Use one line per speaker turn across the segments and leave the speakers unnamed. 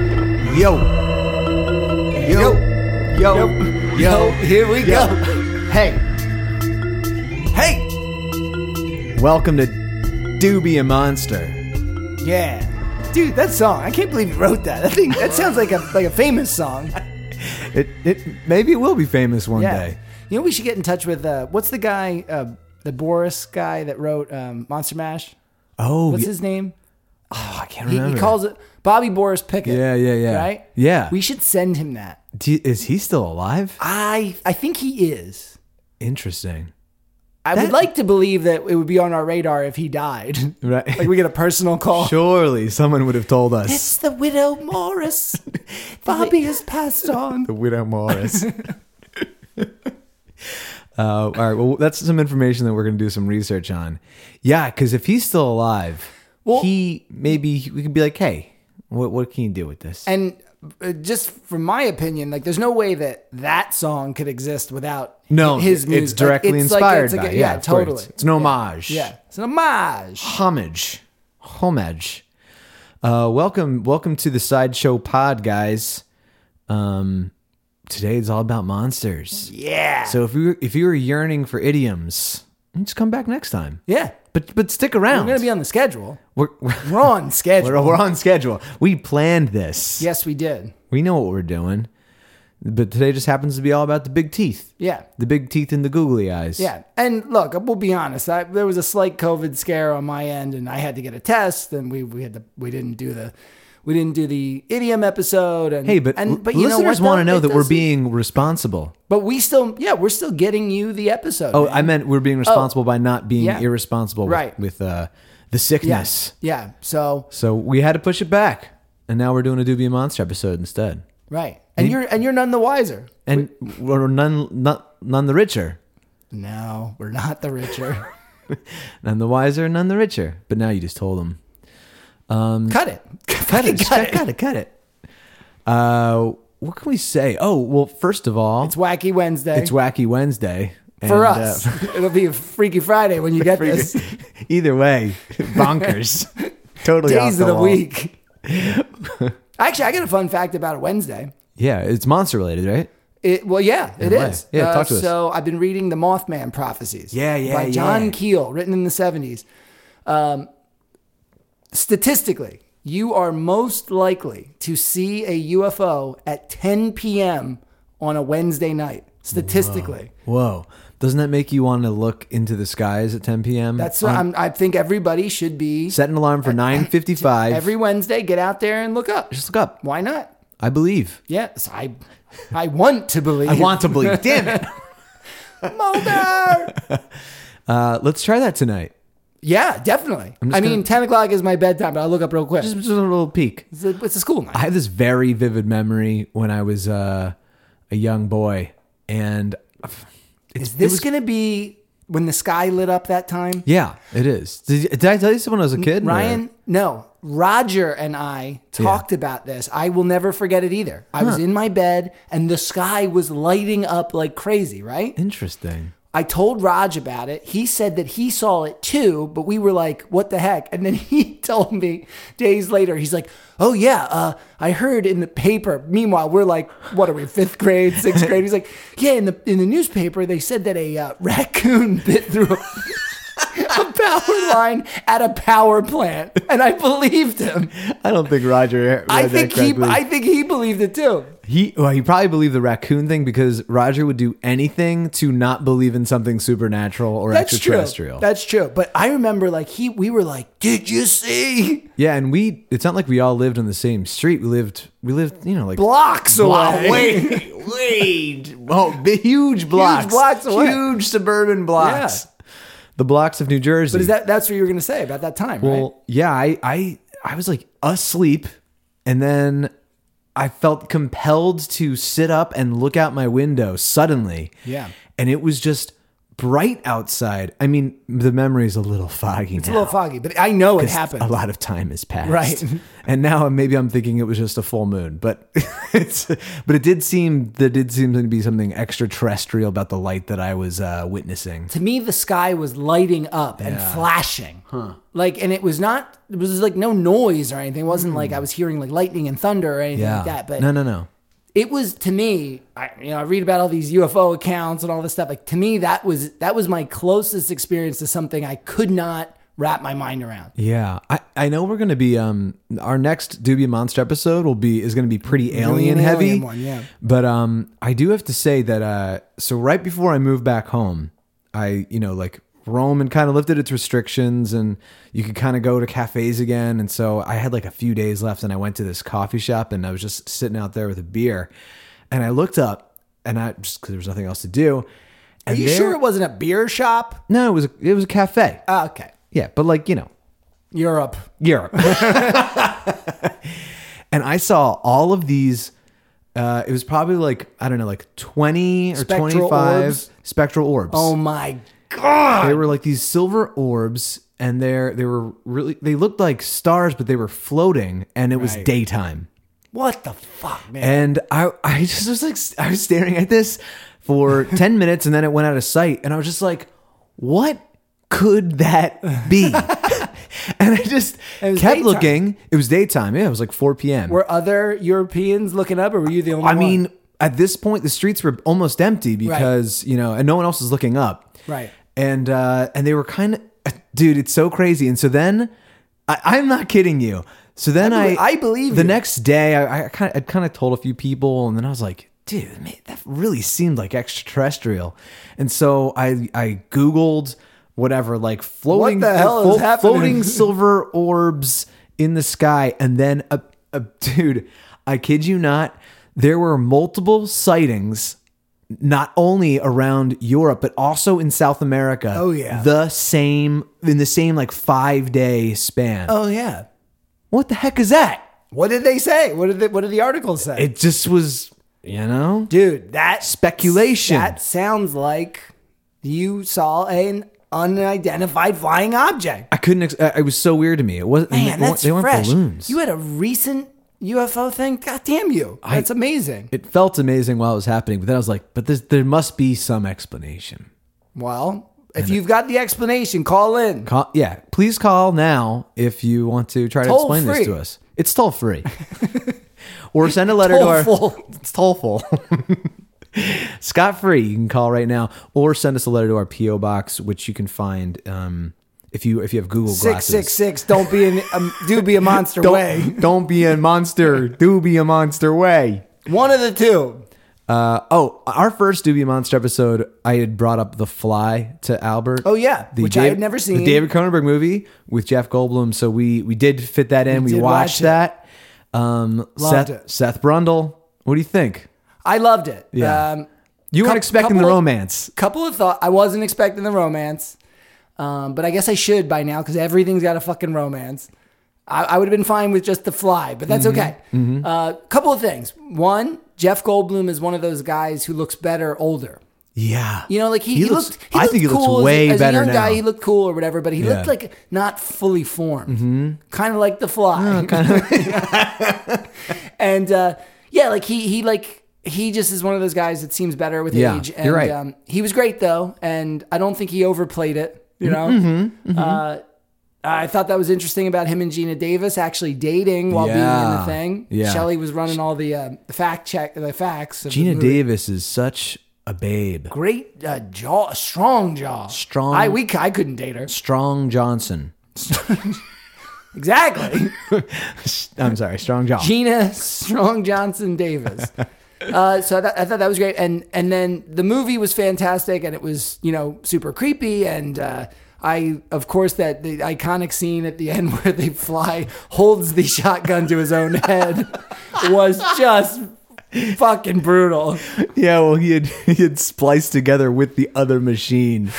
Yo. Yo. Yo. Yo.
Yo, here we
Yo.
go.
Hey.
Hey!
Welcome to Doobie a Monster.
Yeah. Dude, that song. I can't believe you wrote that. That thing that sounds like a like a famous song.
It it maybe it will be famous one
Yeah.
day.
You know we should get in touch with uh what's the guy uh the Boris guy that wrote um, Monster Mash?
Oh,
What's
y-
his name? Oh, I can't He,
remember.
calls it Bobby Boris Pickett.
Yeah, yeah, yeah.
Right?
Yeah.
We should send him that.
do you- is he still alive?
I I think he is.
Interesting.
I
That-
would like to believe that it would be on our radar if he died.
Right.
Like we get a personal call.
Surely someone would have told us.
It's the widow Morris. Bobby has passed on.
The Widow Morris. Uh, all right. Well, that's some information that we're going to do some research on. Yeah, because if he's still alive,
Well-
he maybe we could be like, hey, what what can you do with this?
And uh, just from my opinion, like there's no way that that song could exist without
no,
his music.
it's directly
Like, it's like-
inspired
it's like
by.
a-
yeah, of course.
totally.
It's, an homage.
Yeah, it's an homage.
homage, homage. Uh, welcome, welcome to the sideshow pod, guys. Um, today it's all about monsters.
Yeah,
So if you if you were yearning for idioms, just come back next time.
yeah.
But but stick
We're
around.
gonna be on the schedule.
We're, we're,
We're on schedule.
we're, we're on schedule. We planned this.
yes, we did.
We know what we're doing. But today just happens to be all about the big teeth.
Yeah.
The big teeth and the googly eyes.
Yeah, and look, we'll be honest. I, there was a slight COVID scare on my end, and I had to get a test, and we we had to we didn't do the we didn't do the idiom episode. And
Hey, but,
and
you listeners want to know
It
that we're
doesn't-
being responsible.
but we still yeah we're still getting you the episode.
Oh,
man.
I meant we're being responsible by not being
Yeah.
irresponsible with-
Right.
with, uh, the
yeah,
sickness.
yeah. So
So we had to push it back. And now we're doing a Doobie Monster episode instead.
right, and you're and you're none the wiser.
And we're none, none, none the richer.
No, we're not the richer.
None the wiser, none the richer. But now you just told them.
cut it.
Cut it, cut, it. cut it, cut it. Uh, what can we say? Oh, well, first of all,
It's
it's,
Wacky Wednesday
Wacky Wednesday.
for
And,
us.
uh,
It'll be a Freaky Friday when you get this.
either way, bonkers. totally off
Days of the
wall.
week. Actually, I got a fun fact about Wednesday.
Yeah, it's monster related, right?
It, well, yeah, it
a way.
is. Uh,
Yeah, talk to us.
So I've been reading the Mothman prophecies.
Yeah, yeah,
by John
yeah.
Keel, written in the seventies. Um, statistically, you are most likely to see a UFO at 10 p.m. on a Wednesday night. Statistically,
Whoa. Doesn't that make you want to look into the skies at 10 p.m.?
that's what I'm, I think everybody should be
Set an alarm for 9.55.
every Wednesday. Get out there and look up.
Just look up.
Why not?
I believe.
Yes, I, I want to believe.
I want to believe. Damn it.
Mulder.
Uh, let's try that tonight.
Yeah, definitely. I mean, 10 o'clock is my bedtime, but I'll look up real quick.
Just, just a little peek.
It's a, it's a school night.
I have this very vivid memory when I was uh, a young boy. And
is this going to be when the sky lit up that time?
yeah, it is. Did, did I tell you this when I was a kid?
Ryan, no. Roger and I talked about this. I will never forget it either. I was in my bed and the sky was lighting up like crazy, right?
Interesting.
I told Raj about it. He said that he saw it too, but we were like, what the heck? And then he told me days later, he's like, oh yeah, uh, I heard in the paper. Meanwhile, we're like, what are we, fifth grade, sixth grade? He's like, yeah, in the, in the newspaper, they said that a uh, raccoon bit through a, a power line at a power plant. And I believed him.
I don't think Roger.
I think he, I think he believed it too.
He well, he probably believed the raccoon thing because Roger would do anything to not believe in something supernatural or
That's true.
extraterrestrial.
That's true. But I remember like he, we were like, did you see?
yeah, and we it's not like we all lived on the same street. We lived we lived, you know, like
blocks away.
Wow, wait, wait. Oh, the huge blocks.
blocks away.
Huge suburban blocks. The blocks of New Jersey.
But is that that's what you were gonna say about that time, right?
Well, yeah, I, I I was like asleep, and then I felt compelled to sit up and look out my window suddenly.
Yeah.
and it was just bright outside. I mean, the memory is a little foggy
It's a little foggy, but I know it happened.
A lot of time has passed,
Right.
And now maybe I'm thinking it was just a full moon, but it's but it did seem there did seem to be something extraterrestrial about the light that I was uh, witnessing.
to me the sky was lighting up and flashing like and it was not it was like no noise or anything it wasn't like i was hearing like lightning and thunder or anything
Hmm. Yeah,
like that but
no, no, no.
it was to me I, you know i read about all these ufo accounts and all this stuff like to me that was that was my closest experience to something i could not wrap my mind around
Yeah, I, I know we're gonna be um our next Doobie Monster episode will be is gonna be pretty alien
an
heavy.
alien one, yeah.
But um I do have to say that uh so right before I moved back home, I you know like Rome and kind of lifted its restrictions and you could kind of go to cafes again and so I had like a few days left and I went to this coffee shop and I was just sitting out there with a beer and I looked up and I just because there was nothing else to do.
are
And
you
there-
sure it wasn't a beer shop
No, it was a, it was a cafe. Uh,
Ah, okay
Yeah, but like you know
europe
Europe. and I saw all of these. Uh, it was probably like I don't know, like twenty or
Spectral
twenty-five
orbs?
spectral orbs.
oh my god
They were like these silver orbs, and they're they were really they looked like stars, but they were floating, and it was
Right.
daytime.
what the fuck man
And I I just was like I was staring at this for ten minutes, and then it went out of sight, and I was just like, what could that be? and I just
was
kept
daytime.
looking. It was daytime. Yeah, it was like four p.m.
were other europeans looking up or were you the only
I
one
mean, at this point, the streets were almost empty because you know, and no one else was looking up.
Right.
And uh, and they were kind of, dude, it's so crazy. And so then, I, I'm not kidding you. So then
I
I,
belie- I believe
the
you.
next day I, I kind of I kind of told a few people, and then I was like, dude, man, that really seemed like extraterrestrial. And so I I googled whatever like floating
the hell is happening?
floating silver orbs in the sky and then a, a dude i kid you not there were multiple sightings not only around europe but also in south america
Oh, yeah.
the same in the same like five day span
oh yeah
what the heck is that
What did they say? What did the, what did the article say?
it just was you know
Dude, that
speculation
that sounds like you saw an unidentified flying object.
i couldn't ex- uh, it was so weird to me it wasn't
Man,
they, weren't-
that's
they weren't
fresh.
balloons
You had a recent UFO thing. God damn you! That's amazing.
it felt amazing while it was happening but then i was like but this, there must be some explanation
well, if you've got the explanation, call in.
Call, yeah, please call now if you want to try to
Toll
explain
free.
this to us. It's toll free. or send a letter to our
Toll-ful.
it's toll Scott free. You can call right now or send us a letter to our PO box which you can find um, if you if you have Google
Six
glasses.
six six. Don't be an um, do be a monster way.
Don't, don't be a monster. Do be a monster way.
One of the two.
Uh, oh, our first Doobie Monster episode, I had brought up The Fly to Albert.
Oh, yeah, which I had never seen.
The David Cronenberg movie with Jeff Goldblum. So we we did fit that in. We,
did watch
watched
it.
that. Um,
Loved
Seth
it.
Seth Brundle. What do you think?
I loved it.
Yeah.
Um,
You
Cou-
weren't expecting the
couple of-
romance.
couple of thought. I wasn't expecting the romance, um, but I guess I should by now because everything's got a fucking romance. I, I would have been fine with just the fly, but that's okay. Uh, couple of things. One, Jeff Goldblum is one of those guys who looks better older.
Yeah.
You know, like he,
He
he,
looks-
looked. He
I
looked
think he looks
cool as a-
way
as, a
better
young
now.
guy. He looked cool or whatever, but he
Yeah. Mm-hmm.
looked like not fully formed, kind of like the fly.
Oh,
and uh, yeah, like he he like he just is one of those guys that seems better with
Yeah,
age.
you're
And,
right.
Um, he was great though, and I don't think he overplayed it. You know.
Mm-hmm,
Uh, I thought that was interesting about him and Gina Davis actually dating while
Yeah.
being in the thing.
Yeah.
Shelley was running all the uh, fact check, the facts. Of the
Gina
movie
Davis is such a babe.
great uh, jaw, strong jaw,
Strong-
I we I couldn't date her
Strong Johnson.
exactly.
I'm sorry, Strong Johnson.
Gina Strong Johnson Davis. Uh, so I, thought I thought that was great, and and then the movie was fantastic, and it was you know super creepy, and uh, I of course that the iconic scene at the end where they fly holds the shotgun to his own head was just fucking brutal.
Yeah, well, he had he had spliced together with the other machine.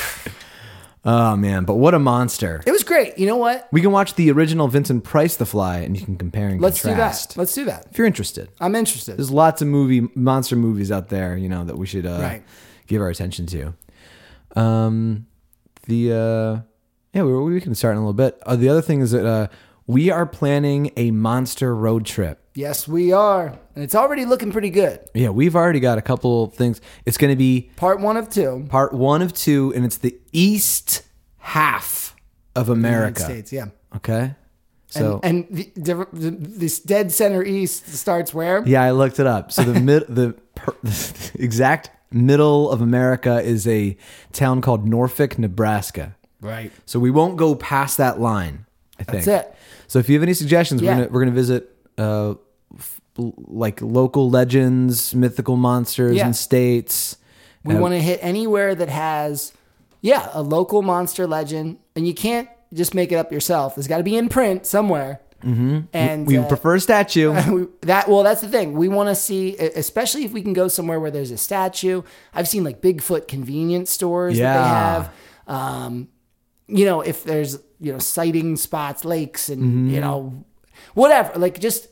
Oh man, but what a monster!
It was great. You know what?
We can watch the original Vincent Price The Fly, and you can compare and
Let's
contrast.
do that. Let's do that.
if you're interested,
I'm interested.
there's lots of movie monster movies out there, you know, that we should uh,
Right.
give our attention to. um, the uh, yeah, we, we can start in a little bit. Uh, the other thing is that uh, we are planning a monster road trip.
Yes, we are. And it's already looking pretty good.
Yeah, we've already got a couple things. It's going to be
Part one of two.
part one of two, and it's the east half of
United
America.
States, yeah.
Okay, so
And the, the, the, this dead center east starts where?
yeah, I looked it up. So the mid the, per- the exact middle of America is a town called Norfolk, Nebraska.
Right.
So we won't go past that line. I think
That's it.
So if you have any suggestions,
Yeah.
we're gonna we're gonna visit uh, f- l- like local legends, mythical monsters,
Yeah.
and states.
We want to hit anywhere that has, yeah, a local monster legend. And you can't just make it up yourself. There's got to be in print somewhere. Mm-hmm. And
We
uh,
prefer a statue.
we, that well that's the thing we want to see e, especially if we can go somewhere where there's a statue i've seen like bigfoot convenience stores
Yeah.
that they have um you know if there's you know sighting spots lakes and you know whatever like just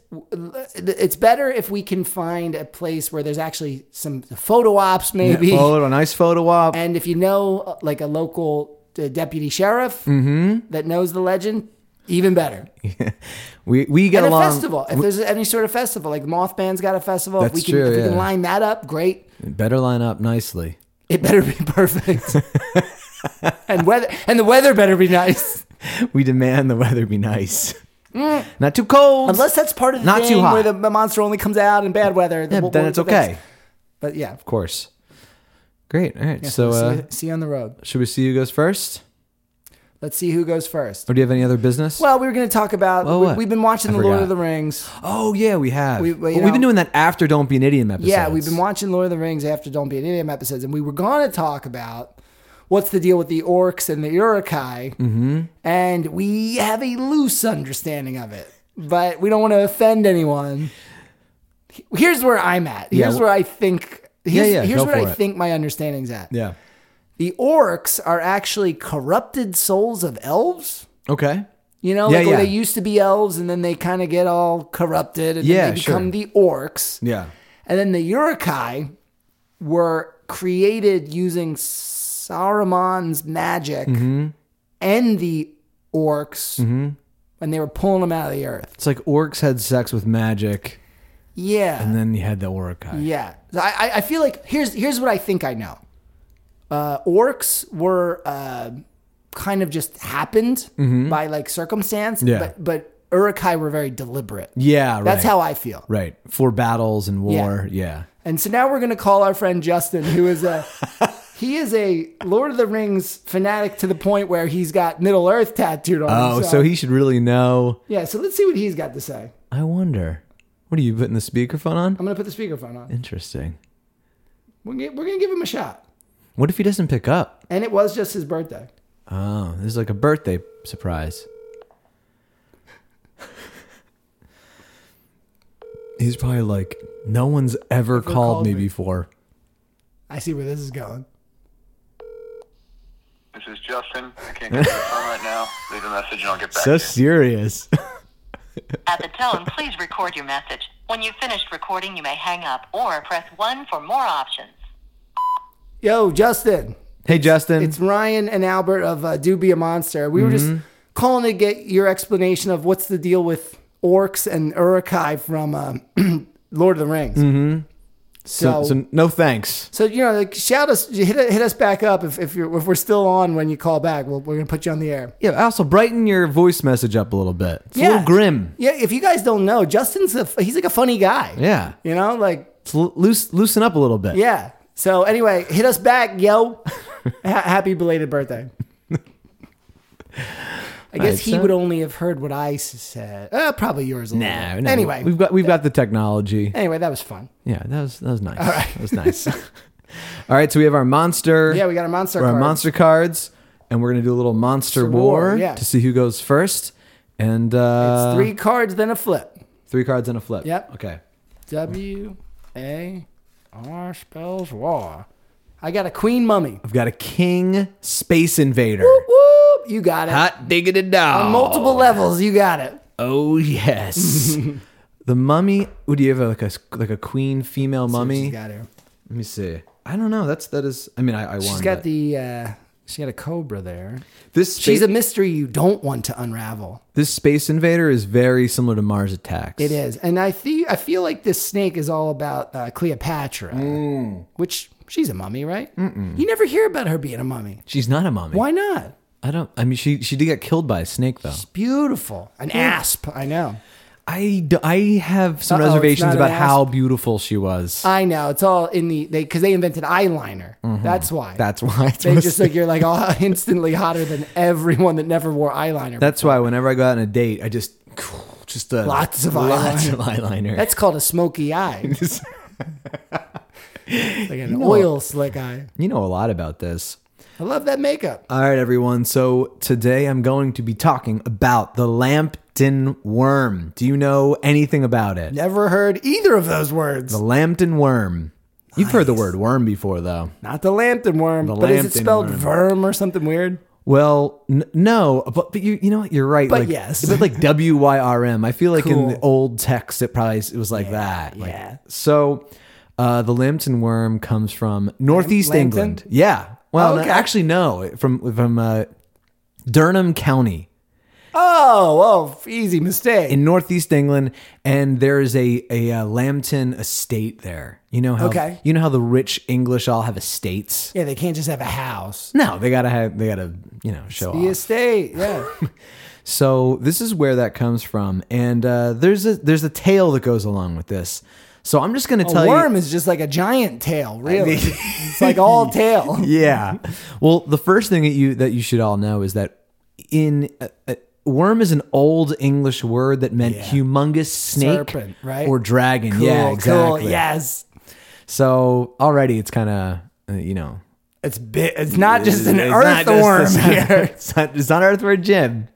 it's better if we can find a place where there's actually some photo ops maybe
photo, a nice photo op.
and if you know uh, like a local uh, deputy sheriff that knows the legend even better
we we get
and
along.
a festival. If there's any sort of festival, like Mothman's got a festival. if we
That's
can, if
true,
we can
yeah.
line that up, great.
Better line up nicely.
It better be perfect. and weather and the weather better be nice.
We demand the weather be nice, not too cold.
Unless that's part of the
Not too
thing
hot.
where the, the monster only comes out in bad weather.
Yeah,
we'll-
then
we'll-
it's okay.
But yeah.
Of course. Great. All right. so uh,
see, see you on the road.
should we see who goes first,
Let's see who goes first.
or do you have any other business?
Well, we were going to talk about.
Well,
we,
what?
have been watching
I
the Lord
forgot.
of the Rings.
oh yeah, we have.
We-
We,
well, you
have been
know-
doing that after "Don't Be an Idiot" episodes.
Yeah, we've been watching Lord of the Rings after Don't Be an Idiot episodes, and we were going to talk about what's the deal with the orcs and the urukai, mm-hmm. and we have a loose understanding of it, but we don't want to offend anyone. Here's where I'm at. Here's
wh-
where I think. Here's,
yeah,
here's
go
where I
for it.
think my understanding's at.
Yeah.
The orcs are actually corrupted souls of elves.
Okay.
You know,
Yeah,
like where
yeah.
they used to be elves and then they kind of get all corrupted and
Yeah,
then they become
sure.
the orcs.
Yeah.
And then the Urukai were created using Saruman's magic
Mm-hmm.
and the orcs when they were pulling them out of the earth.
It's like orcs had sex with magic,
Yeah.
and then you had the orcai.
yeah. So I, I- I feel like here's here's what I think I know. Uh, orcs were uh, kind of just happened by like circumstance,
Mm-hmm. Yeah.
but but Urukai were very deliberate.
Yeah, right.
That's how I feel.
Right. For battles and war. Yeah.
And so now we're going to call our friend Justin, who is a he is a Lord of the Rings fanatic to the point where he's got Middle Earth tattooed on.
Oh,
him.
so, he should really know.
yeah. So let's see what he's got to say.
I wonder. What are you putting the speakerphone on?
I'm going to put the speakerphone on.
Interesting.
We're gonna, we're going to give him a shot.
What if he doesn't pick up?
And it was just his birthday.
Oh, this is like a birthday surprise. He's probably like, no one's ever called,
called
me,
me."
before.
I see where this is going.
This is Justin. I can't get to the phone right now. Leave a message and I'll get back
So
to you.
serious.
At the tone, please record your message. When you've finished recording, you may hang up or press 1 for more options.
Yo, Justin.
hey, Justin.
It's Ryan and Albert of uh, Do Be a Monster. We were just
Mm-hmm.
calling to get your explanation of what's the deal with orcs and urukai from uh, Lord of the Rings.
so,
so-
so no thanks.
So you know, like, shout us, hit hit us back up if if you're if we're still on when you call back. We'll, we're gonna put you on the air.
Yeah, also brighten your voice message up a little bit. It's a little grim.
Yeah, if you guys don't know, Justin's a he's like a funny guy.
Yeah.
you know, like
It's lo- loose, loosen up a little bit.
yeah. So anyway, hit us back, yo. ha- happy belated birthday. I guess
Right,
he
so-
would only have heard what I s- said. Uh, probably yours. A little
No,
bit.
no.
Anyway,
we've got we've got the technology.
anyway, that was fun.
Yeah, that was that was nice. All right, that was nice. All right, so we have our monster.
Yeah, we got our monster
or our
cards.
monster cards, and we're gonna do a little monster
war,
war,
yeah.
to see who goes first. And uh,
it's three cards, then a flip.
three cards and a flip.
Yep.
Okay.
W A R spells war. I got a queen mummy.
I've got a king space invader.
Whoop, you got it.
Hot diggity dog.
On multiple levels, you got it.
Oh yes. the mummy. Would you have like a like a queen female
What
mummy?
you got here.
Let me see. I don't know. That's that is. I mean, I, I won.
She's got
but
the uh, she got a cobra there.
this. Spa-
She's a mystery you don't want to unravel.
this space invader is very similar to Mars Attacks.
It is, and I think I feel like this snake is all about uh, Cleopatra, which she's a mummy, right? You never hear about her being a mummy.
She's not a mummy.
Why not?
I don't. I mean, she she did get killed by a snake though.
It's beautiful. An asp. I know.
I, d- I have some
Uh-oh, it's
reservations
not an
about
asp. Uh,
how beautiful she was.
I know. It's all in the they because they invented eyeliner. That's why.
That's why. It's
they
supposed
just
to-
like you're like all instantly hotter than everyone that never wore eyeliner.
That's why whenever I go out on a date, I just just a,
Lots of
lots
eyeliner.
of eyeliner.
That's called a smoky eye. like an oil slick eye.
you know a lot about this.
I love that makeup.
All right, everyone. So today I'm going to be talking about the Lambton worm. Do you know anything about it?
Never heard either of those words.
The Lambton worm. You've heard the word worm before, though.
Not the lantern worm, but is it
lantern
spelled
worm.
verm or something weird?
Well, n- no, but, but you you know what? You're right.
But
like,
yes.
but like W Y R M. I feel like in the
Cool.
old text it probably s- it was like that. Like,
yeah.
So, uh, the lambton worm comes from northeast
Lambton?
England. Yeah. Well,
Oh,
no,
okay.
actually, no, from from uh, Durham County
Oh, oh, easy mistake.
in northeast England, and there is a a uh, lambton estate there. You know how
Okay.
you know how the rich English all have estates.
yeah, they can't just have a house.
No, they gotta have they gotta you know show
The
off.
estate, yeah.
So this is where that comes from, and uh, there's a there's a tale that goes along with this. So I'm just going to
a
tell
worm
you.
is just like a giant tail, really. it's like all tail.
Yeah. Well, the first thing that you that you should all know is that in uh, uh, worm is an old English word that meant humongous snake
Serpent, right?
or dragon. yeah, exactly.
cool. Yes.
So already it's kind of uh, you know
It's big. It's not just an
it's not just-
earthworm
it's not-
here.
It's not, it's not earthworm Jim.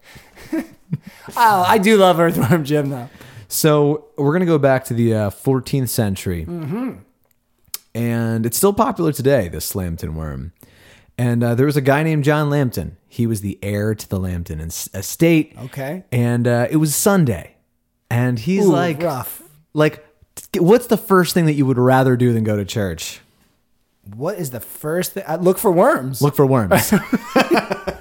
Oh, I do love earthworm Jim though.
So we're gonna go back to the uh, 14th century,
Mm-hmm.
and it's still popular today. This Lambton worm, and uh, there was a guy named John Lambton. He was the heir to the Lambton es- estate.
Okay.
and uh, it was Sunday, and he's
Ooh,
like,
rough.
like, t- what's the first thing that you would rather do than go to church?
What is the first thing? I look for worms.
Look for worms.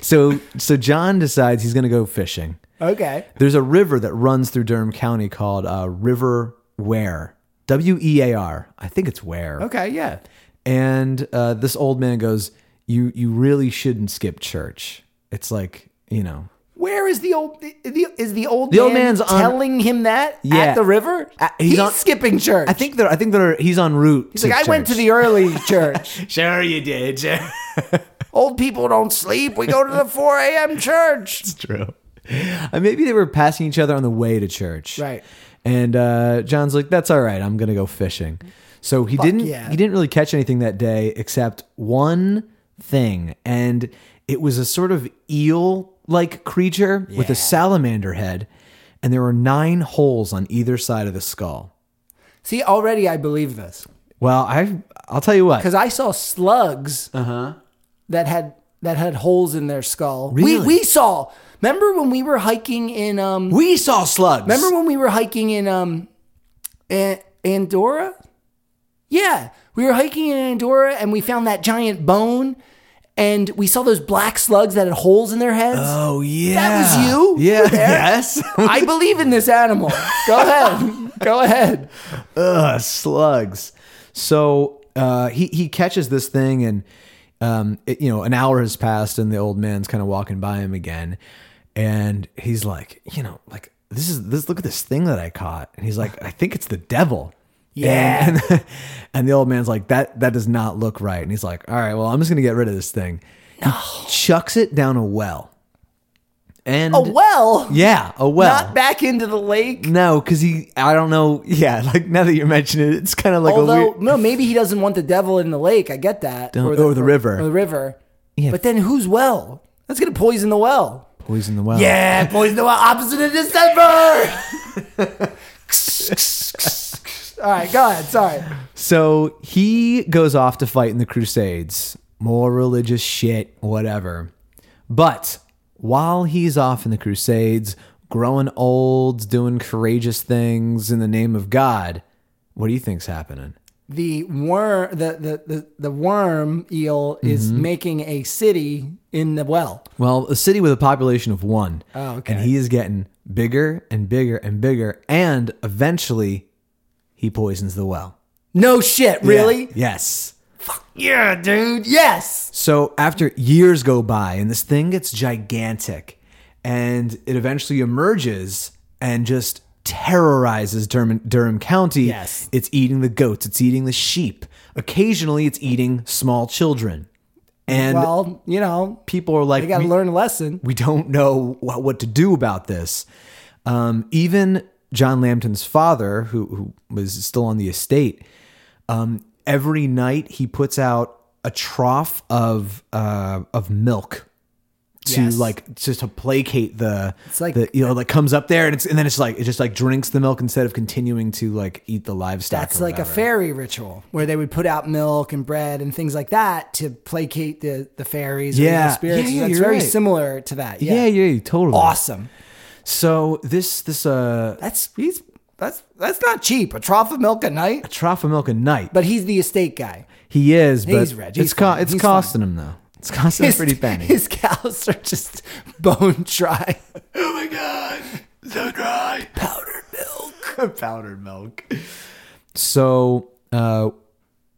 so, so John decides he's gonna go fishing.
Okay.
There's a river that runs through Durham County called uh, River Ware. W E A R. I think it's Ware.
Okay. Yeah.
And uh, this old man goes, "You you really shouldn't skip church. It's like you know."
Where is the old? The, the, is the old
The old
man
man's on-
telling him that
Yeah.
at the river?
Uh, he's
he's
on-
skipping church.
I think that I think that he's en route.
He's like, I went to the early church.
Sure, you did. Sure.
Old people don't sleep. We go to the 4 a.m. church.
It's true. Uh, maybe they were passing each other on the way to church.
Right.
And uh, John's like, "That's all right. I'm gonna go fishing." So he didn't.
yeah.
He didn't really catch anything that day except one thing, and it was a sort of eel-like creature with a salamander head, and there were nine holes on either side of the skull.
See, already I believe this
Well, I I'll tell you what.
because I saw slugs
Uh-huh.
that had that had holes in their skull.
Really?
We we saw. Remember when we were hiking in um?
We saw slugs.
Remember when we were hiking in um, An- Andorra? Yeah, we were hiking in Andorra and we found that giant bone, and we saw those black slugs that had holes in their heads.
Oh yeah.
was you? You
Yeah.
were there?
Yes.
I believe in this animal. Go ahead, go ahead.
Ugh, slugs. So uh, he he catches this thing, and um, it, you know, an hour has passed, and the old man's kind of walking by him again, and he's like, you know, like this is this. Look at this thing that I caught, and he's like, I think it's the devil.
Yeah.
And, and, and the old man's like, that that does not look right. And he's like, all right, well, I'm just gonna get rid of this thing. He chucks it down a well. And
A Oh, well,
yeah, a well.
not back into the lake.
No, because he, I don't know. Yeah, like now that you mention it, it's kind of like a
Although
weird.
no, maybe he doesn't want the devil in the lake. I get that.
Don't- or the river.
Or the river. But then who's well? That's gonna poison the well.
Poison the well.
Yeah, poison the well. Opposite of December. All right, go ahead. Sorry.
So he goes off to fight in the Crusades. More religious shit, whatever. But while he's off in the Crusades, growing old, doing courageous things in the name of God, what do you think's happening?
the worm the the the, the worm eel is
Mm-hmm.
making a city in the well.
Well, a city with a population of one.
Oh, okay.
And he is getting bigger and bigger and bigger, and eventually, he poisons the well.
No shit, really?
Yeah. Yes.
yeah dude. Yes.
So after years go by, and this thing gets gigantic, and it eventually emerges and just terrorizes Durham, Durham County.
Yes.
It's eating the goats. It's eating the sheep. Occasionally, it's eating small children. And
Well, you know,
people are like,
they got to
"We-
learn a lesson.
we don't know wha- what to do about this. Um, even John Lambton's father, who, who was still on the estate, um, every night he puts out a trough of uh, of milk to
Yes.
like just to placate the it's
like-
the, you know like comes up there and it's and then it's like it just like drinks the milk instead of continuing to like eat the livestock.
That's
or
like a
whatever.
fairy ritual where they would put out milk and bread and things like that to placate the, the fairies or
Yeah.
the spirits.
Yeah, yeah,
That's
you're
very
right.
similar to that. Yeah.
yeah yeah totally
Awesome.
So this this uh
That's he's that's that's not cheap. A trough of milk a night.
trough of milk a night.
But he's the estate guy.
He is, but
He's Reg. He's
it's co-
fine.
it's
He's
costing him though. It's costing him pretty penny.
His cows are just bone dry.
oh my god, so dry. Powdered milk. Powdered milk. So, uh,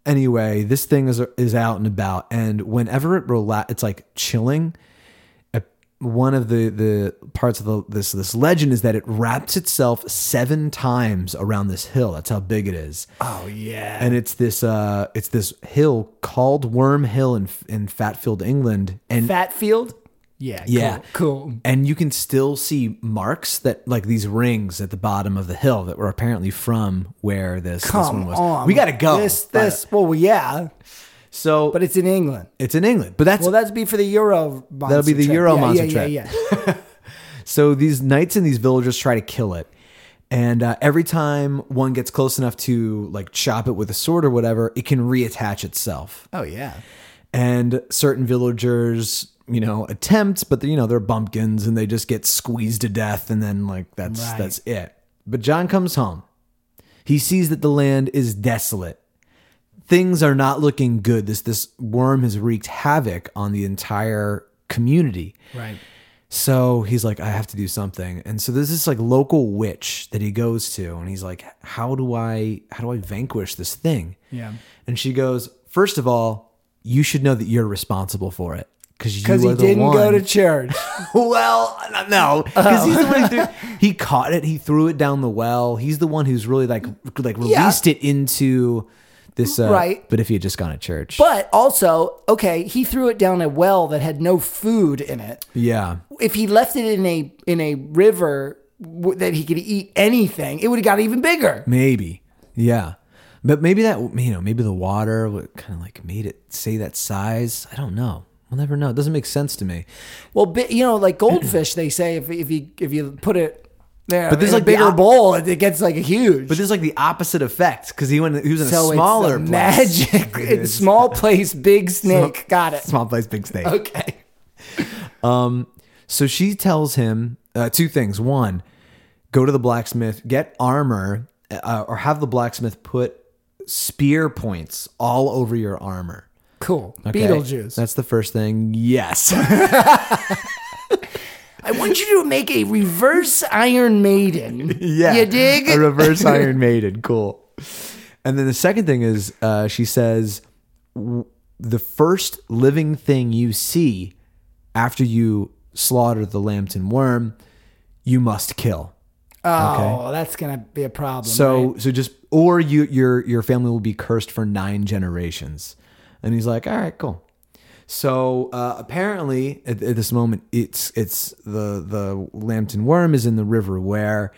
anyway, this thing is is out and about, and whenever it rela- it's like chilling. Uh, One of the the parts of the, this this legend is that it wraps itself seven times around this hill. That's how big it is.
Oh yeah.
and it's this uh it's this hill called Worm Hill in in Fatfield, England, and
Fatfield? Yeah.
Yeah.
Cool. cool.
and you can still see marks that like these rings at the bottom of the hill that were apparently from where this, this one
Come
was.
on.
We got to go.
This this well yeah,
So,
but
but
it's in England.
it's in England. But that's
Well, that'd be for the Euro. Monster
be the
trip.
Euro
yeah,
monster
yeah,
trip.
Yeah, yeah.
So these knights and these villagers try to kill it. And uh, every time one gets close enough to like chop it with a sword or whatever, it can reattach itself.
Oh yeah.
And certain villagers, you know, attempt, but you know they're bumpkins and they just get squeezed to death, and then like that's
Right.
that's it. But John comes home. He sees that the land is desolate. Things are not looking good. This this worm has wreaked havoc on the entire community.
Right.
So he's like, I have to do something. And so there's this like local witch that he goes to, and he's like, How do I how do I vanquish this thing?
Yeah.
And she goes, First of all, you should know that you're responsible for it. Because you
Because
are
he
the
didn't
one.
go to church.
well, no, because he's the one who threw, he caught it. He threw it down the well. He's the one who's really like like released it into this. Uh,
Right.
But if he had just gone to church,
but also, okay, he threw it down a well that had no food in it.
yeah,
If he left it in a in a river w- that he could eat anything, it would have got even bigger.
Maybe. Yeah. But maybe that, you know, maybe the water kind of like made it say that size. I don't know. We'll never know. It doesn't make sense to me.
Well, bi- you know, like goldfish, they say if if you if you put it there, but
there's
there's a
like the
bigger
op-
bowl, it it gets like a huge.
But this is like the opposite effect because he went, he was in
so
a smaller
it's the
place.
magic. It's small place, big snake. got it.
Small place, big snake.
Okay.
So she tells him uh, two things. One, go to the blacksmith, get armor, uh, or have the blacksmith put spear points all over your armor.
Cool.
Okay?
Beetlejuice.
That's the first thing. Yes.
I want you to make a reverse Iron Maiden.
Yeah.
You dig?
A reverse Iron Maiden. Cool. And then the second thing is uh, she says, w- the first living thing you see after you slaughter the lambton worm, you must kill.
oh, that's going to be a problem.
So,
right?
so just, or you, your, your family will be cursed for nine generations. And he's like, all right, cool. So uh, apparently, at, at this moment, it's it's the the Lambton worm is in the river where,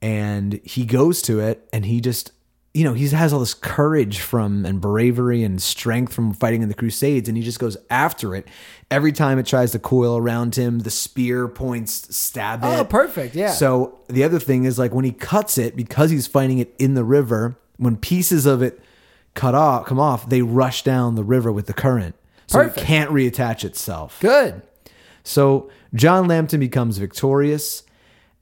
and he goes to it, and he just you know he has all this courage from and bravery and strength from fighting in the Crusades, and he just goes after it. Every time it tries to coil around him, the spear points stab it.
Oh, perfect, yeah.
So the other thing is like when he cuts it because he's fighting it in the river. When pieces of it cut off, come off, they rush down the river with the current. So
Perfect.
it can't reattach itself.
good.
So John Lambton becomes victorious,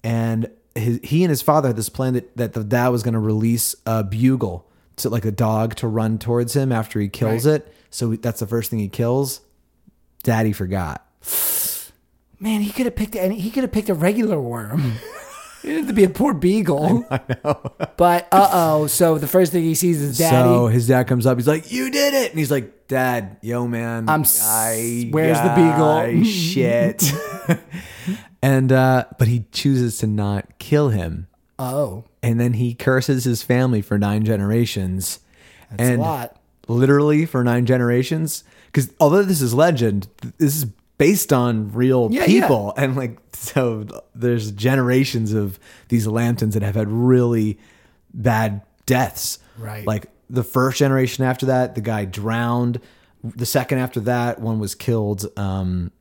and his, he and his father had this plan that, that the dad was going to release a bugle to like a dog to run towards him after he kills it. So that's the first thing he kills. Daddy forgot.
Man, he could have picked any. He could have picked a regular worm. It didn't have to be a poor beagle. I know. but uh oh, so the first thing he sees is daddy.
So his dad comes up. He's like, "You did it!" And he's like, "Dad, yo, man,
I'm s- where's the
got
beagle?"
Shit." and uh, but he chooses to not kill him,
oh,
and then he curses his family for nine generations.
it's
and
a lot.
literally for nine generations. Because although this is legend, th- this is based on real
Yeah, yeah.
people, and like so, there's generations of these Lambtons that have had really bad deaths.
Right.
Like the first generation after that, the guy drowned. The second after that, one was killed. Um,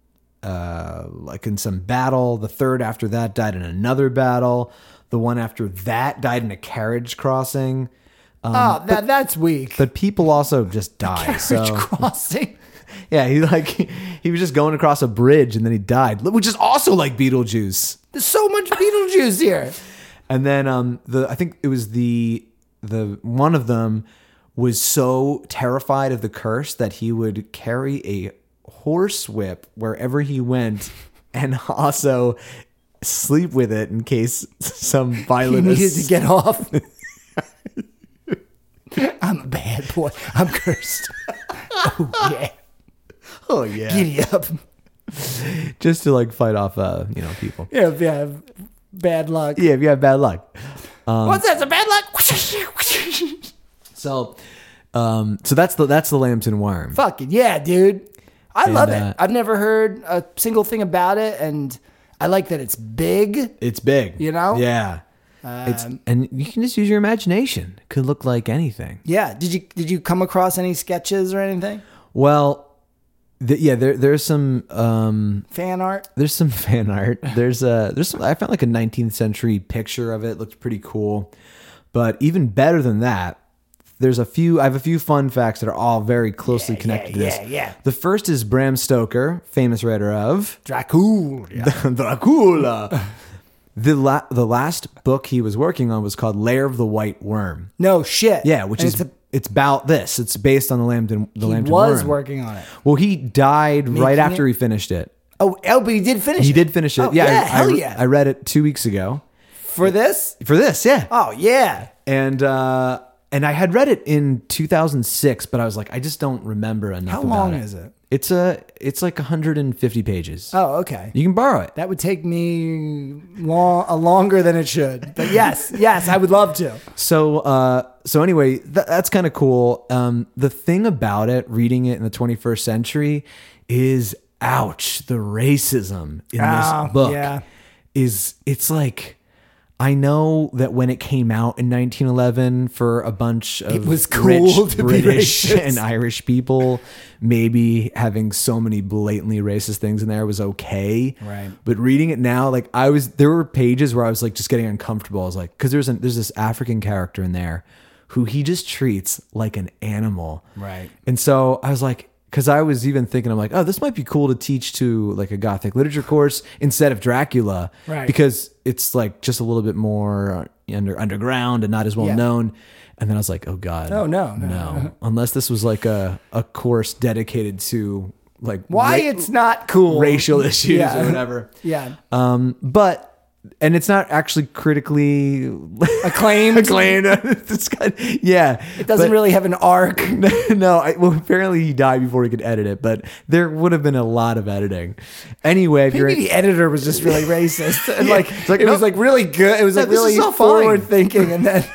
uh, like in some battle. The third after that died in another battle. The one after that died in a carriage crossing. um,
oh, that, that's weak.
But people also just die. So
Bridge crossing.
yeah, he like he was just going across a bridge and then he died, which is also like Beetlejuice.
There's so much Beetlejuice here.
And then um the I think it was the the one of them was so terrified of the curse that he would carry a horse whip wherever he went and also sleep with it in case some
He
violent
needed to get off. I'm a bad boy. I'm cursed. oh yeah.
oh yeah
Giddy up.
just to like fight off uh you know people
Yeah, yeah. Bad luck.
yeah if you have bad luck Um,
What's that? Some bad luck?
So, um, so that's the that's the Lambton worm.
Fucking yeah, dude. I love
uh,
it. I've never heard a single thing about it, and I like that it's big.
It's big,
You know? Um,
Yeah, it's and you can just use your imagination. Could look like anything.
Yeah. Did you did you come across any sketches or anything?
Well, th- yeah, there there's some um,
Fan art?
there's some fan art. There's a there's some, I found like a 19th century picture of it. Looked pretty cool, but even better than that. There's a few. I have a few fun facts that are all very closely connected
yeah,
to this.
yeah.
The first is Bram Stoker, famous writer of
Dracula.
Dracula. The la- the last book he was working on was called Lair of the White Worm.
No shit.
Yeah, which
And
is
it's
it's,
a,
about this. It's based on the Lambton the
he
Lambton
was
worm.
working on it.
Well, he died right
Making
after he
it?
finished it.
Oh, oh, but he did finish.
He
it.
did finish it.
Oh,
yeah, I- I,
hell
re-
yeah.
I read it 2 weeks ago
For this?
for this, yeah.
Oh yeah.
And uh and I had read it in 2006, but I was like I just don't remember enough
How
about
long
it.
is it?
It's a it's like 150 pages.
Oh okay.
You can borrow it.
That would take me long, uh, longer than it should. But yes, yes, I would love to.
So, uh, so anyway, th- that's kind of cool. Um, the thing about it, reading it in the 21st century, is ouch, the racism in
Ah,
this book
yeah.
is it's like. I know that when it came out in 1911 for a bunch of
was cool
rich
to be
British
racist.
and Irish people, maybe having so many blatantly racist things in there was okay.
Right.
But reading it now, like I was, there were pages where I was like just getting uncomfortable. I was like, because there's an, there's this African character in there who he just treats like an animal.
Right.
And so I was like, because I was even thinking, I'm like, oh, this might be cool to teach to like a Gothic literature course instead of Dracula,
Right.
Because it's like just a little bit more under underground and not as well
Yeah.
known. And then I was like, oh god,
Oh, no, no,
no, Um, unless this was like a a course dedicated to like
Why
ra-
it's not cool?
racial issues
Yeah.
or whatever.
Yeah.
Um, but and it's not actually critically
Acclaimed.
acclaimed. It's got- yeah, it
Doesn't really have an arc.
really. no, I, well, apparently he died before he could edit it, but there would have been a lot of editing. Anyway, if
Maybe
you're
the editor was just really racist and
Yeah.
like,
It's like,
it
no.
was like really good. It was
No,
like
this
really
is all fine.
forward thinking, and then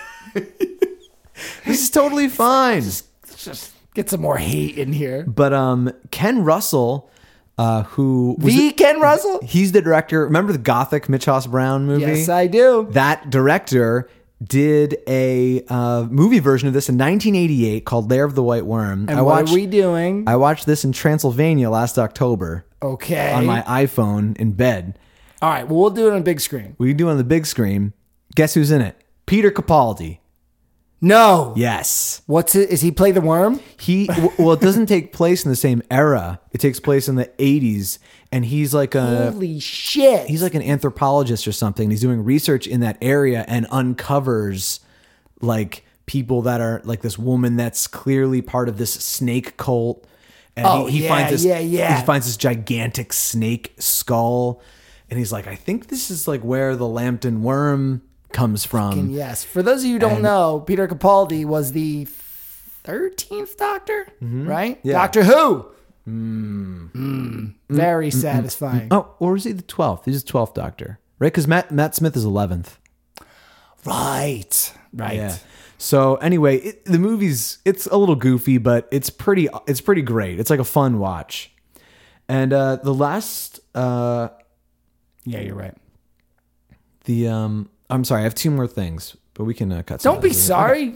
this is totally fine.
just get some more hate in here.
But um, Ken Russell, uh, who was
The
the-
Ken Russell?
he's the director. Remember the Gothic Mitch Hoss Brown movie?
Yes, I do.
that director did a uh, movie version of this in 1988 called Lair of the White Worm.
And
I
what
watched
are we doing?
I watched this in Transylvania last October
okay.
on my iPhone in bed.
All right. Well, we'll do it on a big screen.
We do it on the big screen. Guess who's in it? Peter Capaldi.
No.
Yes.
What's it? Is he play the worm?
He w- well, it doesn't take place in the same era. It takes place in the 80s and he's like a
Holy shit.
Uh, he's like an anthropologist or something. He's doing research in that area and uncovers like people that are like this woman that's clearly part of this snake cult. And
Oh, yeah,
this
yeah, yeah.
he finds this gigantic snake skull and he's like, I think this is like where the Lambton worm comes from.
Yes. For those of you who don't know, Peter Capaldi was the 13th Doctor,
Mm-hmm.
right? Doctor Who. Mm. Very satisfying.
Oh, or is he the twelfth? He's the twelfth doctor. Right? Because Matt Matt Smith is eleventh.
Right. Right.
Yeah. So anyway, it, the movie's it's a little goofy, but it's pretty it's pretty great. It's like a fun watch. And uh, the last uh,
Yeah, you're right.
the um, I'm sorry, I have two more things, but we can uh, cut. some
Don't
of
be
this.
sorry.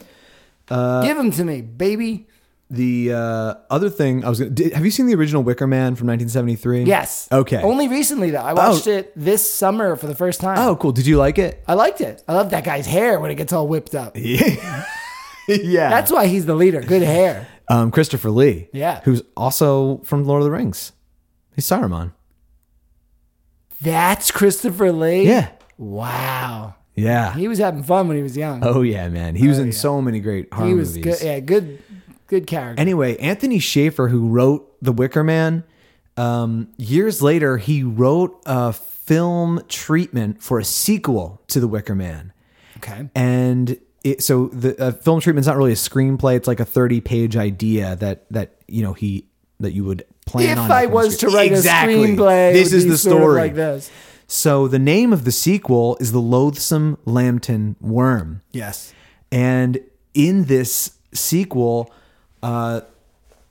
Uh,
Give them to me, baby.
The uh, other thing I was gonna did, have you seen the original Wicker Man from 1973?
Yes. Oh
Okay.
Only recently, though. I watched it this summer for the first time.
oh, cool. Did you like it?
I liked it. I love that guy's hair when it gets all whipped up.
yeah. yeah.
That's why he's the leader. Good hair.
um, Christopher Lee.
Yeah.
Who's also from Lord of the Rings. He's Saruman.
That's Christopher Lee.
Yeah.
Wow.
Yeah.
He was having fun when he was young.
Oh yeah, man. He was in so many great horror
he was
movies.
good. Yeah, good, good character.
Anyway, Anthony Schaefer, who wrote The Wicker Man, um, years later he wrote a film treatment for a sequel to The Wicker Man,
okay.
and it, so the uh, film treatment's not really a screenplay; it's like a thirty-page idea that that you know he that you would plan
If
on.
I
making a
was to
screen-
write
exactly.
a screenplay, it
this
would
is
be
the
sort of
story.
like this.
So the name of the sequel is The Loathsome Lambton Worm.
Yes.
And in this sequel, uh,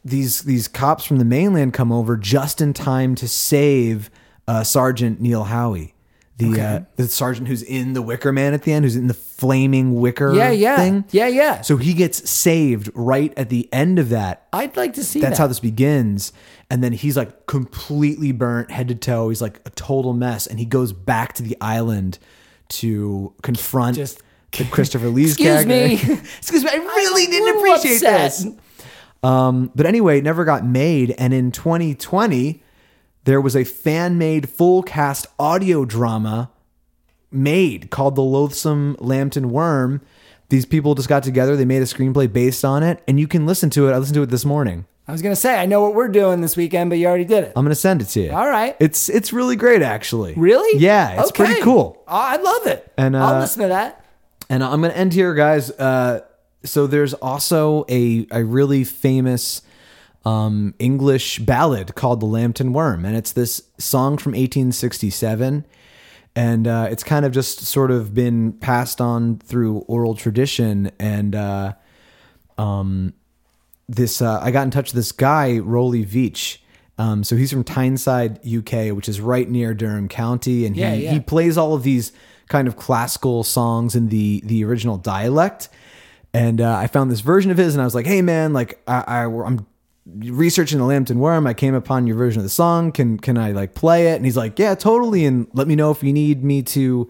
these these cops from the mainland come over just in time to save uh, Sergeant Neil Howie, the uh, the sergeant who's in the Wicker Man at the end, who's in the flaming wicker
Yeah, yeah,
thing.
yeah, yeah.
So he gets saved right at the end of that
I'd like to see
that's
that.
how this begins and then he's like completely burnt head to toe he's like a total mess and he goes back to the island to confront
Just-
the christopher lee's
Excuse
character
me.
excuse me i really
a
didn't
little
appreciate
upset.
this um, but anyway it never got made and in 2020 there was a fan-made full cast audio drama made called The Loathsome Lambton Worm. These people just got together, they made a screenplay based on it, and you can listen to it. I listened to it this morning.
I was gonna say I know what we're doing this weekend, but you already did it.
I'm gonna send it to you.
All right.
It's it's really great actually.
Really?
Yeah, it's pretty
Okay. Oh,
cool.
I I love it.
And,
I'll
uh,
listen to that.
And I'm gonna end here, guys. Uh, so there's also a a really famous um, English ballad called "The Lambton Worm," and it's this song from 1867, and uh, it's kind of just sort of been passed on through oral tradition and. Uh, this uh, I got in touch with this guy Roly Veach. Um, so he's from Tyneside, UK, which is right near Durham County, and he,
Yeah, yeah.
he plays all of these kind of classical songs in the the original dialect. And uh, I found this version of his, and I was like, "Hey, man, like I, I I'm researching the Lambton Worm. I came upon your version of the song. Can can I like play it?" And he's like, "Yeah, totally. And let me know if you need me to."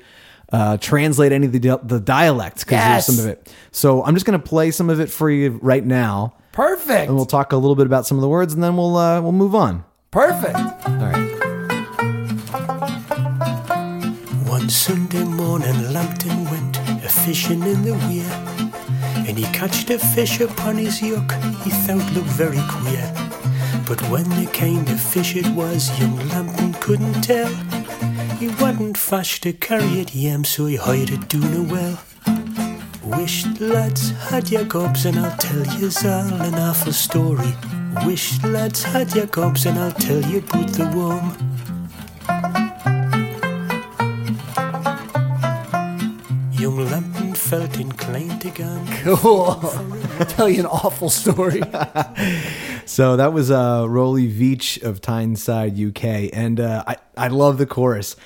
Uh, translate any of the, di- the dialects because
Yes.
there's some of it. So I'm just going to play some of it for you right now
Perfect.
and we'll talk a little bit about some of the words, and then we'll uh, we'll move on.
Perfect.
All right.
One Sunday morning, Lambton went a fishing in the weir, and he catched a fish upon his yoke he thought looked very queer. But when the kind of fish it was, young Lambton couldn't tell. He wasn't fast to carry it yam, so he hired it doon a well. Wish lads had your gobs and I'll tell you all an awful story. Wish lads had your gobs and I'll tell you about the worm. Young Lambton felt inclined to go. and
Cool. Tell you an awful story.
So that was uh, Roly Veach of Tyneside, UK, and uh, I I love the chorus.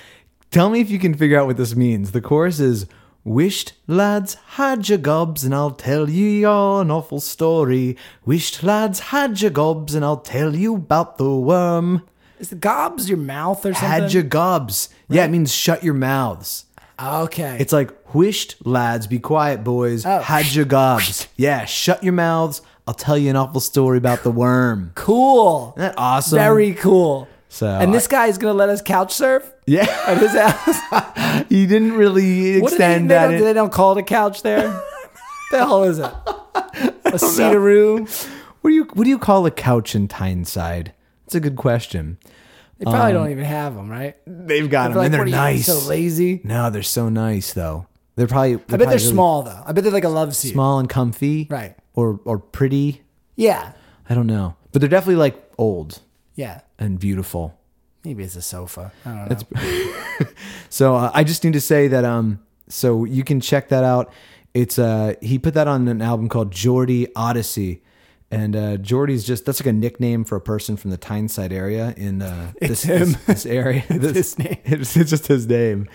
Tell me if you can figure out what this means. The chorus is. Wished lads had your gobs and I'll tell you all an awful story. Wished lads had your gobs and I'll tell you about the worm.
Is the gobs your mouth or something?
Had your gobs. Yeah, it means shut your mouths.
okay.
It's like wished lads, be quiet boys,
Oh.
had your gobs. Yeah, shut your mouths. I'll tell you an awful story about the worm.
cool.
Isn't that awesome?
Very cool.
So
and this guy is gonna let us couch surf
yeah,
at his house.
he didn't really
What do they,
extend
they
that.
don't,
in-
they don't call it a couch there. the hell is it? A cedaroo?
What do you what do you call a couch in Tyneside? That's a good question. Um,
They probably don't even have them, right?
They've got them
Like,
and they're
what are you,
nice.
So lazy.
no, they're so nice though. They're probably.
I bet they're small though. I bet they're like a love seat.
small and comfy,
Right.
Or or pretty.
Yeah.
I don't know, but they're definitely like old
Yeah.
and beautiful.
Maybe it's a sofa. I don't know.
So uh, I just need to say that um so you can check that out. It's uh he put that on an album called Geordie Odyssey. And uh Geordie's just that's like a nickname for a person from the Tyneside area in uh this,
him.
this this area. This,
his name.
It's, it's just his name.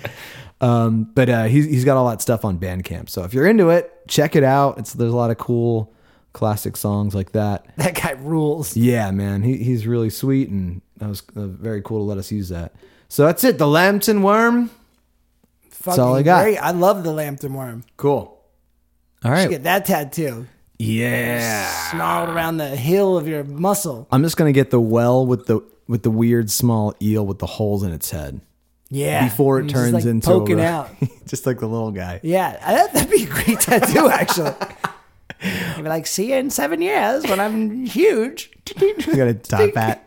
Um but uh he's he's got all that stuff on Bandcamp. So if you're into it, check it out. It's there's a lot of cool classic songs like that.
that guy rules.
Yeah, man, he, he's really sweet, and that was uh, very cool to let us use that. So that's it. The Lambton Worm.
Fucking
all I got.
Great. I love the Lambton worm.
Cool. All
You should
right.
get that tattoo.
Yeah.
Snarled around the hill of your muscle.
I'm just gonna get the well with the with the weird small eel with the holes in its head
Yeah.
before it
Just,
turns
like,
into
poking
a,
out.
just like the little guy.
Yeah, I- that- that'd be a great tattoo, actually. You'd be like, see you in seven years when I'm huge.
You gotta top hat.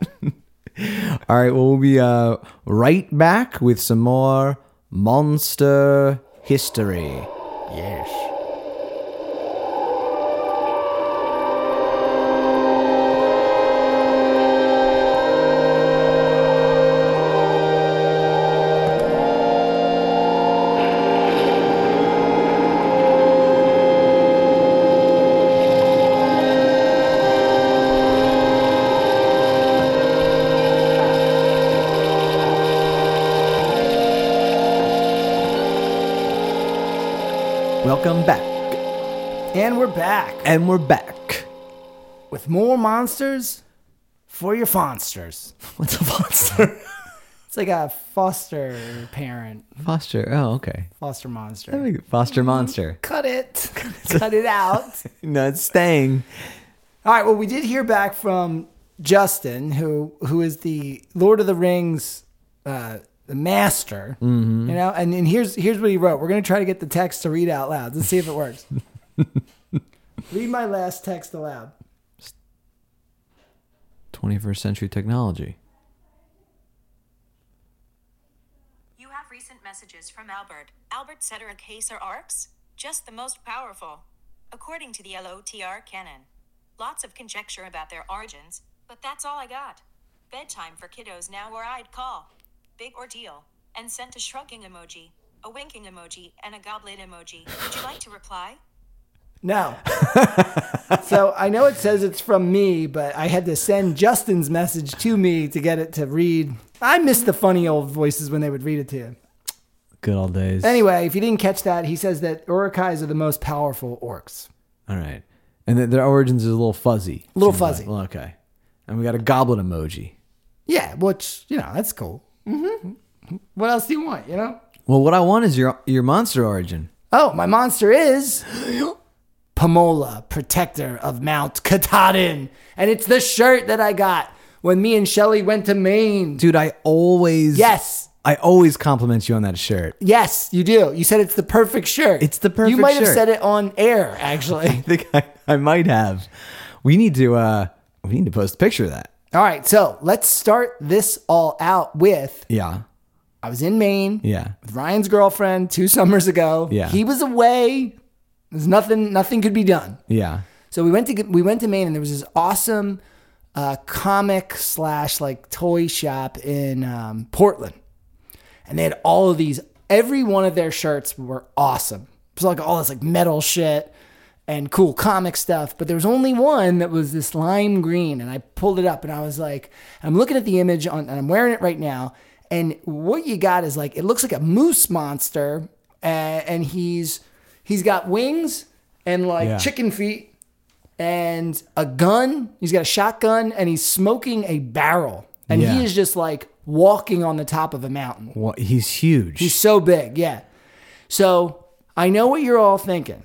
All right. Well, we'll be uh, right back with some more monster history. Yes. Welcome back,
And we're back
and we're back.
with more monsters for your fonsters.
What's a monster?
It's like a foster parent,
Foster. Oh, okay.
foster monster.
Foster monster.
Cut it. Cut it out.
No, it's staying.
All right. Well, we did hear back from Justin, who who is the Lord of the Rings, uh, the master. You know, and, and here's here's what he wrote. We're gonna try to get the text to read out loud. Let's see if it works. read my last text aloud.
21st century technology.
You have recent messages from Albert. Albert Cedric Hacer ARCs? Just the most powerful. According to the LOTR canon. Lots of conjecture about their origins, but that's all I got. Bedtime for kiddos now where I'd call. Big ordeal. And sent a shrugging emoji, a winking emoji, and a goblet emoji. Would you like to reply?
No. so I know it says it's from me, but I had to send Justin's message to me to get it to read. I miss the funny old voices when they would read it to you.
Good old days.
Anyway, if you didn't catch that, he says that Urukais are the most powerful orcs.
All right. And th- their origins is a little fuzzy.
A little
Seems like.
fuzzy.
Well, okay. And we got a goblet emoji.
Yeah, which you know that's cool. Mm-hmm. What else do you want? You know?
Well, what I want is your your monster origin.
Oh, my monster is Pomola, protector of Mount Katahdin, and it's the shirt that I got when me and Shelly went to Maine.
Dude, I always
Yes.
I always compliment you on that shirt.
Yes, you do. You said it's the perfect shirt.
It's the perfect
You might have
shirt.
said it on air, actually.
I think I, I might have. We need to uh we need to post a picture of that.
all right, so let's start this all out with
Yeah.
I was in Maine.
Yeah.
with Ryan's girlfriend two summers ago.
Yeah.
he was away. There's nothing. Nothing could be done.
Yeah.
So we went to we went to Maine, and there was this awesome uh, comic slash like toy shop in um, Portland, and they had all of these. Every one of their shirts were awesome. It was like all this like metal shit and cool comic stuff, but there was only one that was this lime green, and I pulled it up, and I was like, I'm looking at the image on, and I'm wearing it right now, and what you got is like it looks like a moose monster, uh, and he's he's got wings and like
Yeah.
chicken feet and a gun. He's got a shotgun and he's smoking a barrel. And
Yeah.
he is just like walking on the top of a mountain.
Well, he's huge.
He's so big. Yeah. So I know what you're all thinking.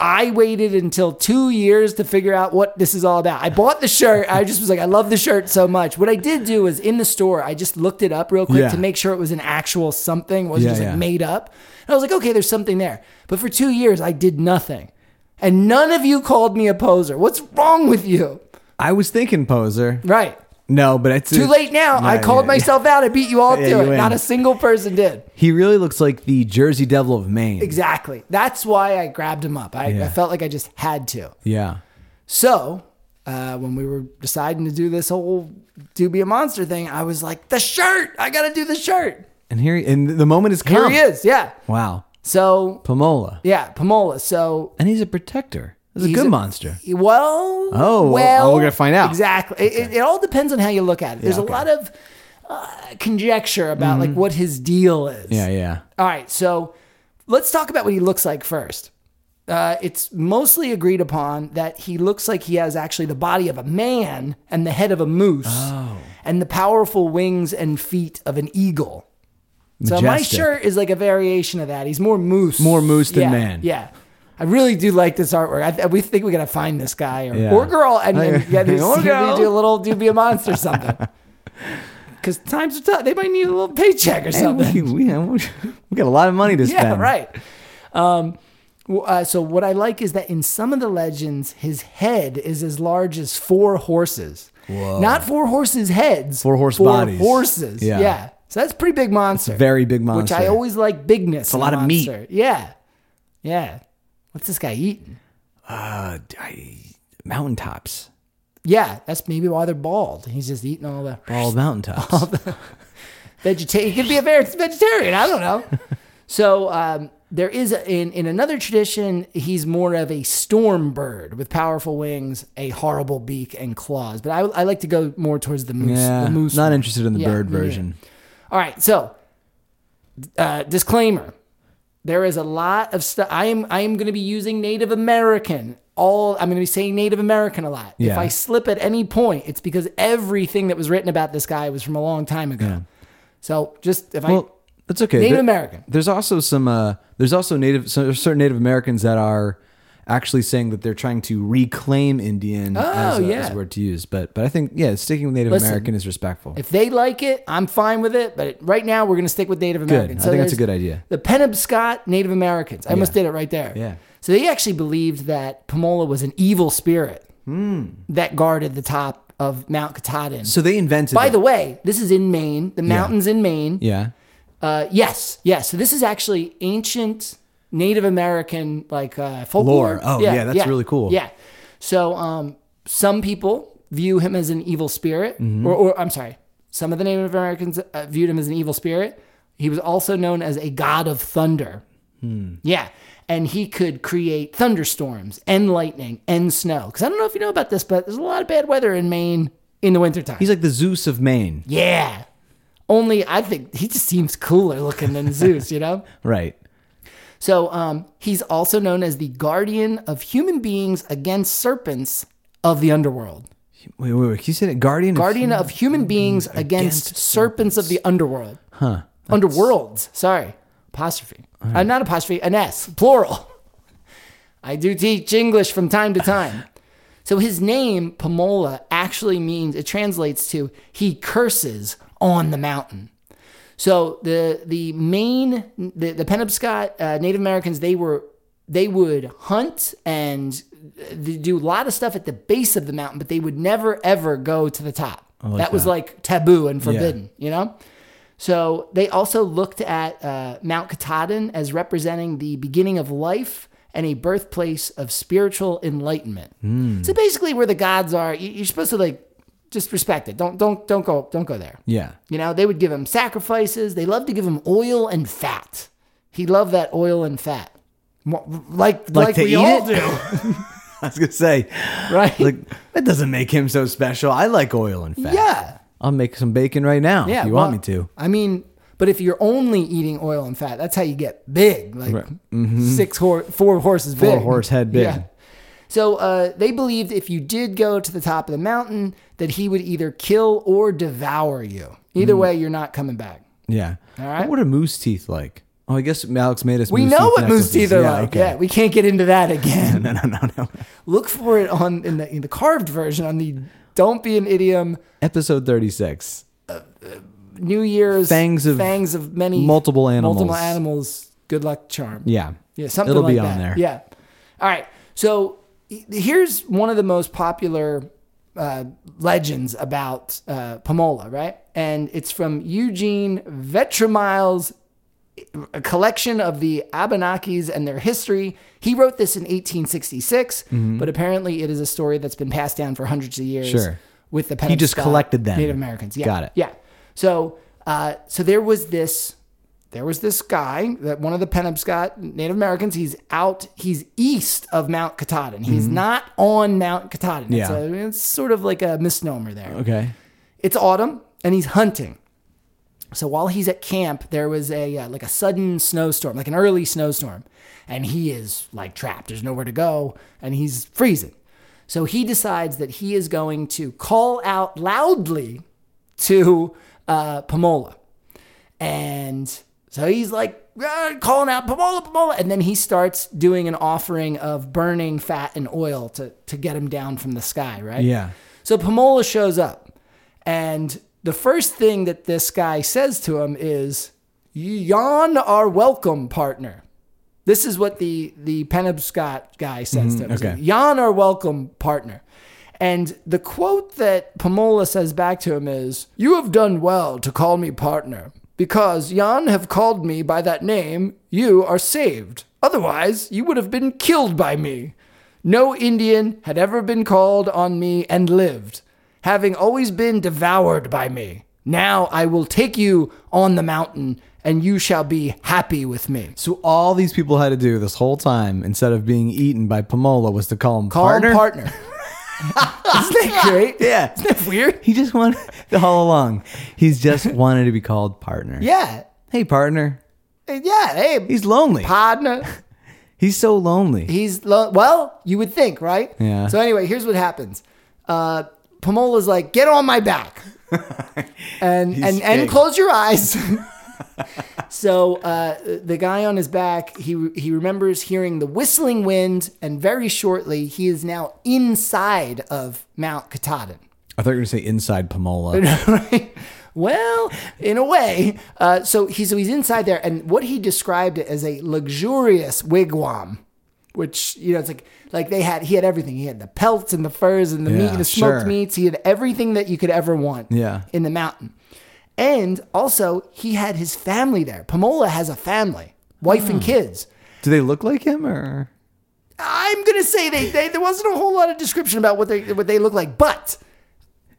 I waited until two years to figure out what this is all about. I bought the shirt. I just was like, I love the shirt so much. What I did do is in the store, I just looked it up real quick
Yeah.
to make sure it was an actual something, It wasn't
Yeah,
just like
yeah.
made up. And I was like, okay, there's something there. But for two years, I did nothing. And none of you called me a poser. What's wrong with you?
I was thinking poser.
Right.
No, but it's
Too late now. I
Yeah,
called
yeah,
myself out. I beat you all
Yeah,
to
you
it.
win.
Not a single person did.
yeah. He really looks like the Jersey Devil of Maine.
Exactly. That's why I grabbed him up. I, I
Yeah.
felt like I just had to.
Yeah.
So uh, when we were deciding to do this whole do be a monster thing, I was like, the shirt. I got to do the shirt.
And here, he, and the moment is
Here
come.
he is. Yeah.
Wow,
So
Pomola,
yeah, Pomola. So
and he's a protector. He's, a
He's
good
a-
monster.
Well, oh,
well, we're gonna find out.
Exactly. It- It, it all depends on how you look at it. There's
okay. Mm-hmm.
a lot of uh, conjecture about like what his deal is.
Yeah, yeah.
All right, so let's talk about what he looks like first. Uh, it's mostly agreed upon that he looks like he has actually the body of a man and the head of a moose
Oh.
and the powerful wings and feet of an eagle. So my
Majestic.
shirt is like a variation of that. He's more moose.
More moose than
Yeah,
man.
Yeah. I really do like this artwork. I, I- we think we gotta find this guy or,
Yeah.
or girl, and then yeah, they
Or
see-
girl.
they do a little do be a monster something. Because times are tough. They might need a little paycheck or
And
something.
we, we, we got a lot of money to spend.
Yeah, right. Um, w- uh, so what I like is that in some of the legends, his head is as large as four horses. Not four horses' heads.
Four horse
four
bodies.
Horses.
Yeah.
Yeah. So that's a pretty big monster.
Very big
Which
monster.
I always like bigness. It's
a lot of meat.
Yeah. Yeah. What's this guy eating?
Uh, I, mountaintops.
Yeah, that's maybe why they're bald. He's just eating all the
All mountaintops.
vegetarian. He could be a ver- vegetarian. I don't know. so um, there is a, in in another tradition, he's more of a storm bird with powerful wings, a horrible beak and claws. But I, I like to go more towards the moose.
yeah.
the moose.
Not
one.
interested in the
Yeah,
bird
me neither.
version.
All right. So uh, disclaimer: there is a lot of stuff. I am I am going to be using Native American. All I'm going to be saying Native American a lot.
Yeah.
If I slip at any point, it's because everything that was written about this guy was from a long time ago. So just if I
Well, that's okay.
Native
There-
American.
There's also some. Uh, there's also native. So there's certain Native Americans that are actually saying that they're trying to reclaim Indian as, a,
Oh, yeah.
as a word to use. But but I think yeah, sticking with Native
Listen,
American is respectful.
If they like it, I'm fine with it. But right now, we're going to stick with Native Americans.
I think that's a
there's
good idea.
The Penobscot Native Americans. I almost did it right there.
Yeah.
So they actually believed that Pomola was an evil spirit that guarded the top of Mount Katahdin.
Hmm. so they invented.
By
it.
the way, this is in Maine. The mountains in Maine.
yeah,
Uh, yes, yes. So this is actually ancient Native American like uh, folklore.
Lore. Oh, yeah, that's really cool.
Yeah. So um, some people view him as an evil spirit,
Mm-hmm.
or, or I'm sorry, some of the Native Americans uh, viewed him as an evil spirit. He was also known as a god of thunder.
Hmm.
Yeah. And he could create thunderstorms and lightning and snow. Because I don't know if you know about this, but there's a lot of bad weather in Maine in the wintertime.
he's like the Zeus of Maine.
Yeah. Only I think he just seems cooler looking than Zeus, you know?
Right.
So um, he's also known as the guardian of human beings against serpents of the underworld.
Wait, wait, wait. Can you say that? Guardian. of
Guardian
Human-
of human beings against, serpents of the underworld. Huh. Underworlds. Sorry. Apostrophe. Uh, not apostrophe, an S, plural. I do teach English from time to time. So his name, Pomola, actually means, it translates to he curses on the mountain. So the the main the, the Penobscot uh, Native Americans they were they would hunt and they do a lot of stuff at the base of the mountain, but they would never ever go to the top. that was like taboo and forbidden, you know. So they also looked at uh, Mount Katahdin as representing the beginning of life and a birthplace of spiritual enlightenment. So basically, where the gods are, you- you're supposed to like just respect it. Don't don't don't go don't go there.
Yeah.
You know, they would give him sacrifices. They loved to give him oil and fat. He loved that oil and fat. Mo- Like, like,
to
we
eat
all
it? I was gonna say,
do, right?
like, that doesn't make him so special. I like oil and fat.
yeah.
I'll make some bacon right now.
Yeah.
If you want
well,
me to?
I mean, but if you're only eating oil and fat, that's how you get big. Like six, hor- four horses big.
Mm-hmm. Four horse head big.
Yeah. So uh, they believed if you did go to the top of the mountain, that he would either kill or devour you.
Mm.
Either way, you're not coming back.
Yeah.
All right.
What are moose teeth like? Oh, I guess Alex made us.
We
moose
know
teeth
what moose
necklaces.
teeth are like.
okay.
Yeah, we can't get into that again.
No, no, no, no.
look for it on in the in the carved version on the don't be an idiom
Episode thirty-six.
new year's
Fangs of
fangs of many
multiple animals.
multiple animals good luck charm
Yeah.
yeah something
It'll
like
be on
that.
there.
yeah all right So he- here's one of the most popular uh, legends about uh, Pomola, right? And it's from Eugene Vetramile's a collection of the Abenakis and their history. He wrote this in 1866,
Mm-hmm.
but apparently it is a story that's been passed down for hundreds of years.
Sure.
With the
He just
Penobscot
collected them.
Native Americans. Yeah.
Got it.
Yeah. So, uh, so there was this, there was this guy that one of the Penobscot Native Americans. He's out. He's east of Mount Katahdin. He's not on Mount Katahdin. It's,
Mm-hmm. Yeah.
a- it's sort of like a misnomer there
Okay.
it's autumn and he's hunting. So while he's at camp, there was a uh, like a sudden snowstorm, like an early snowstorm, and he is like trapped. There's nowhere to go, and he's freezing. So he decides that he is going to call out loudly to uh, Pomola, and so he's like "Ah," calling out Pomola, Pomola, and then he starts doing an offering of burning fat and oil to to get him down from the sky, right?
Yeah.
So Pomola shows up, and the first thing that this guy says to him is, "Yon are welcome, partner." This is what the the Penobscot guy says to him.
okay.
Yon are welcome, partner. And the quote that Pomola says back to him is, "You have done well to call me partner." Because Jan have called me by that name, you are saved. Otherwise, you would have been killed by me. No Indian had ever been called on me and lived, having always been devoured by me. Now I will take you on the mountain, and you shall be happy with me.
So all these people had to do this whole time instead of being eaten by Pomola was to call him
Call
partner.
him partner. Isn't that great?
Yeah.
Isn't that weird?
He just wanted all along. He's just wanted to be called partner.
Yeah.
Hey partner.
Yeah. Hey,
He's lonely.
partner.
He's so lonely.
He's lo- well, you would think, right?
Yeah.
So anyway, here's what happens. Uh, Pomola's like, "Get on my back," and and
big.
and close your eyes. so uh, the guy on his back, he he remembers hearing the whistling wind, and very shortly he is now inside of Mount Katahdin.
I thought you were gonna say inside Pomola.
right? Well, in a way. Uh, so he's so he's inside there, and what he described it as a luxurious wigwam, which you know it's like like they had he had everything. He had the pelts and the furs and the meat
Yeah,
and the smoked
sure.
meats. He had everything that you could ever want.
Yeah.
in the mountain, and also he had his family there. Pomola has a family, wife
Hmm.
and kids.
do they look like him or
I'm gonna say they, they there wasn't a whole lot of description about what they what they look like, but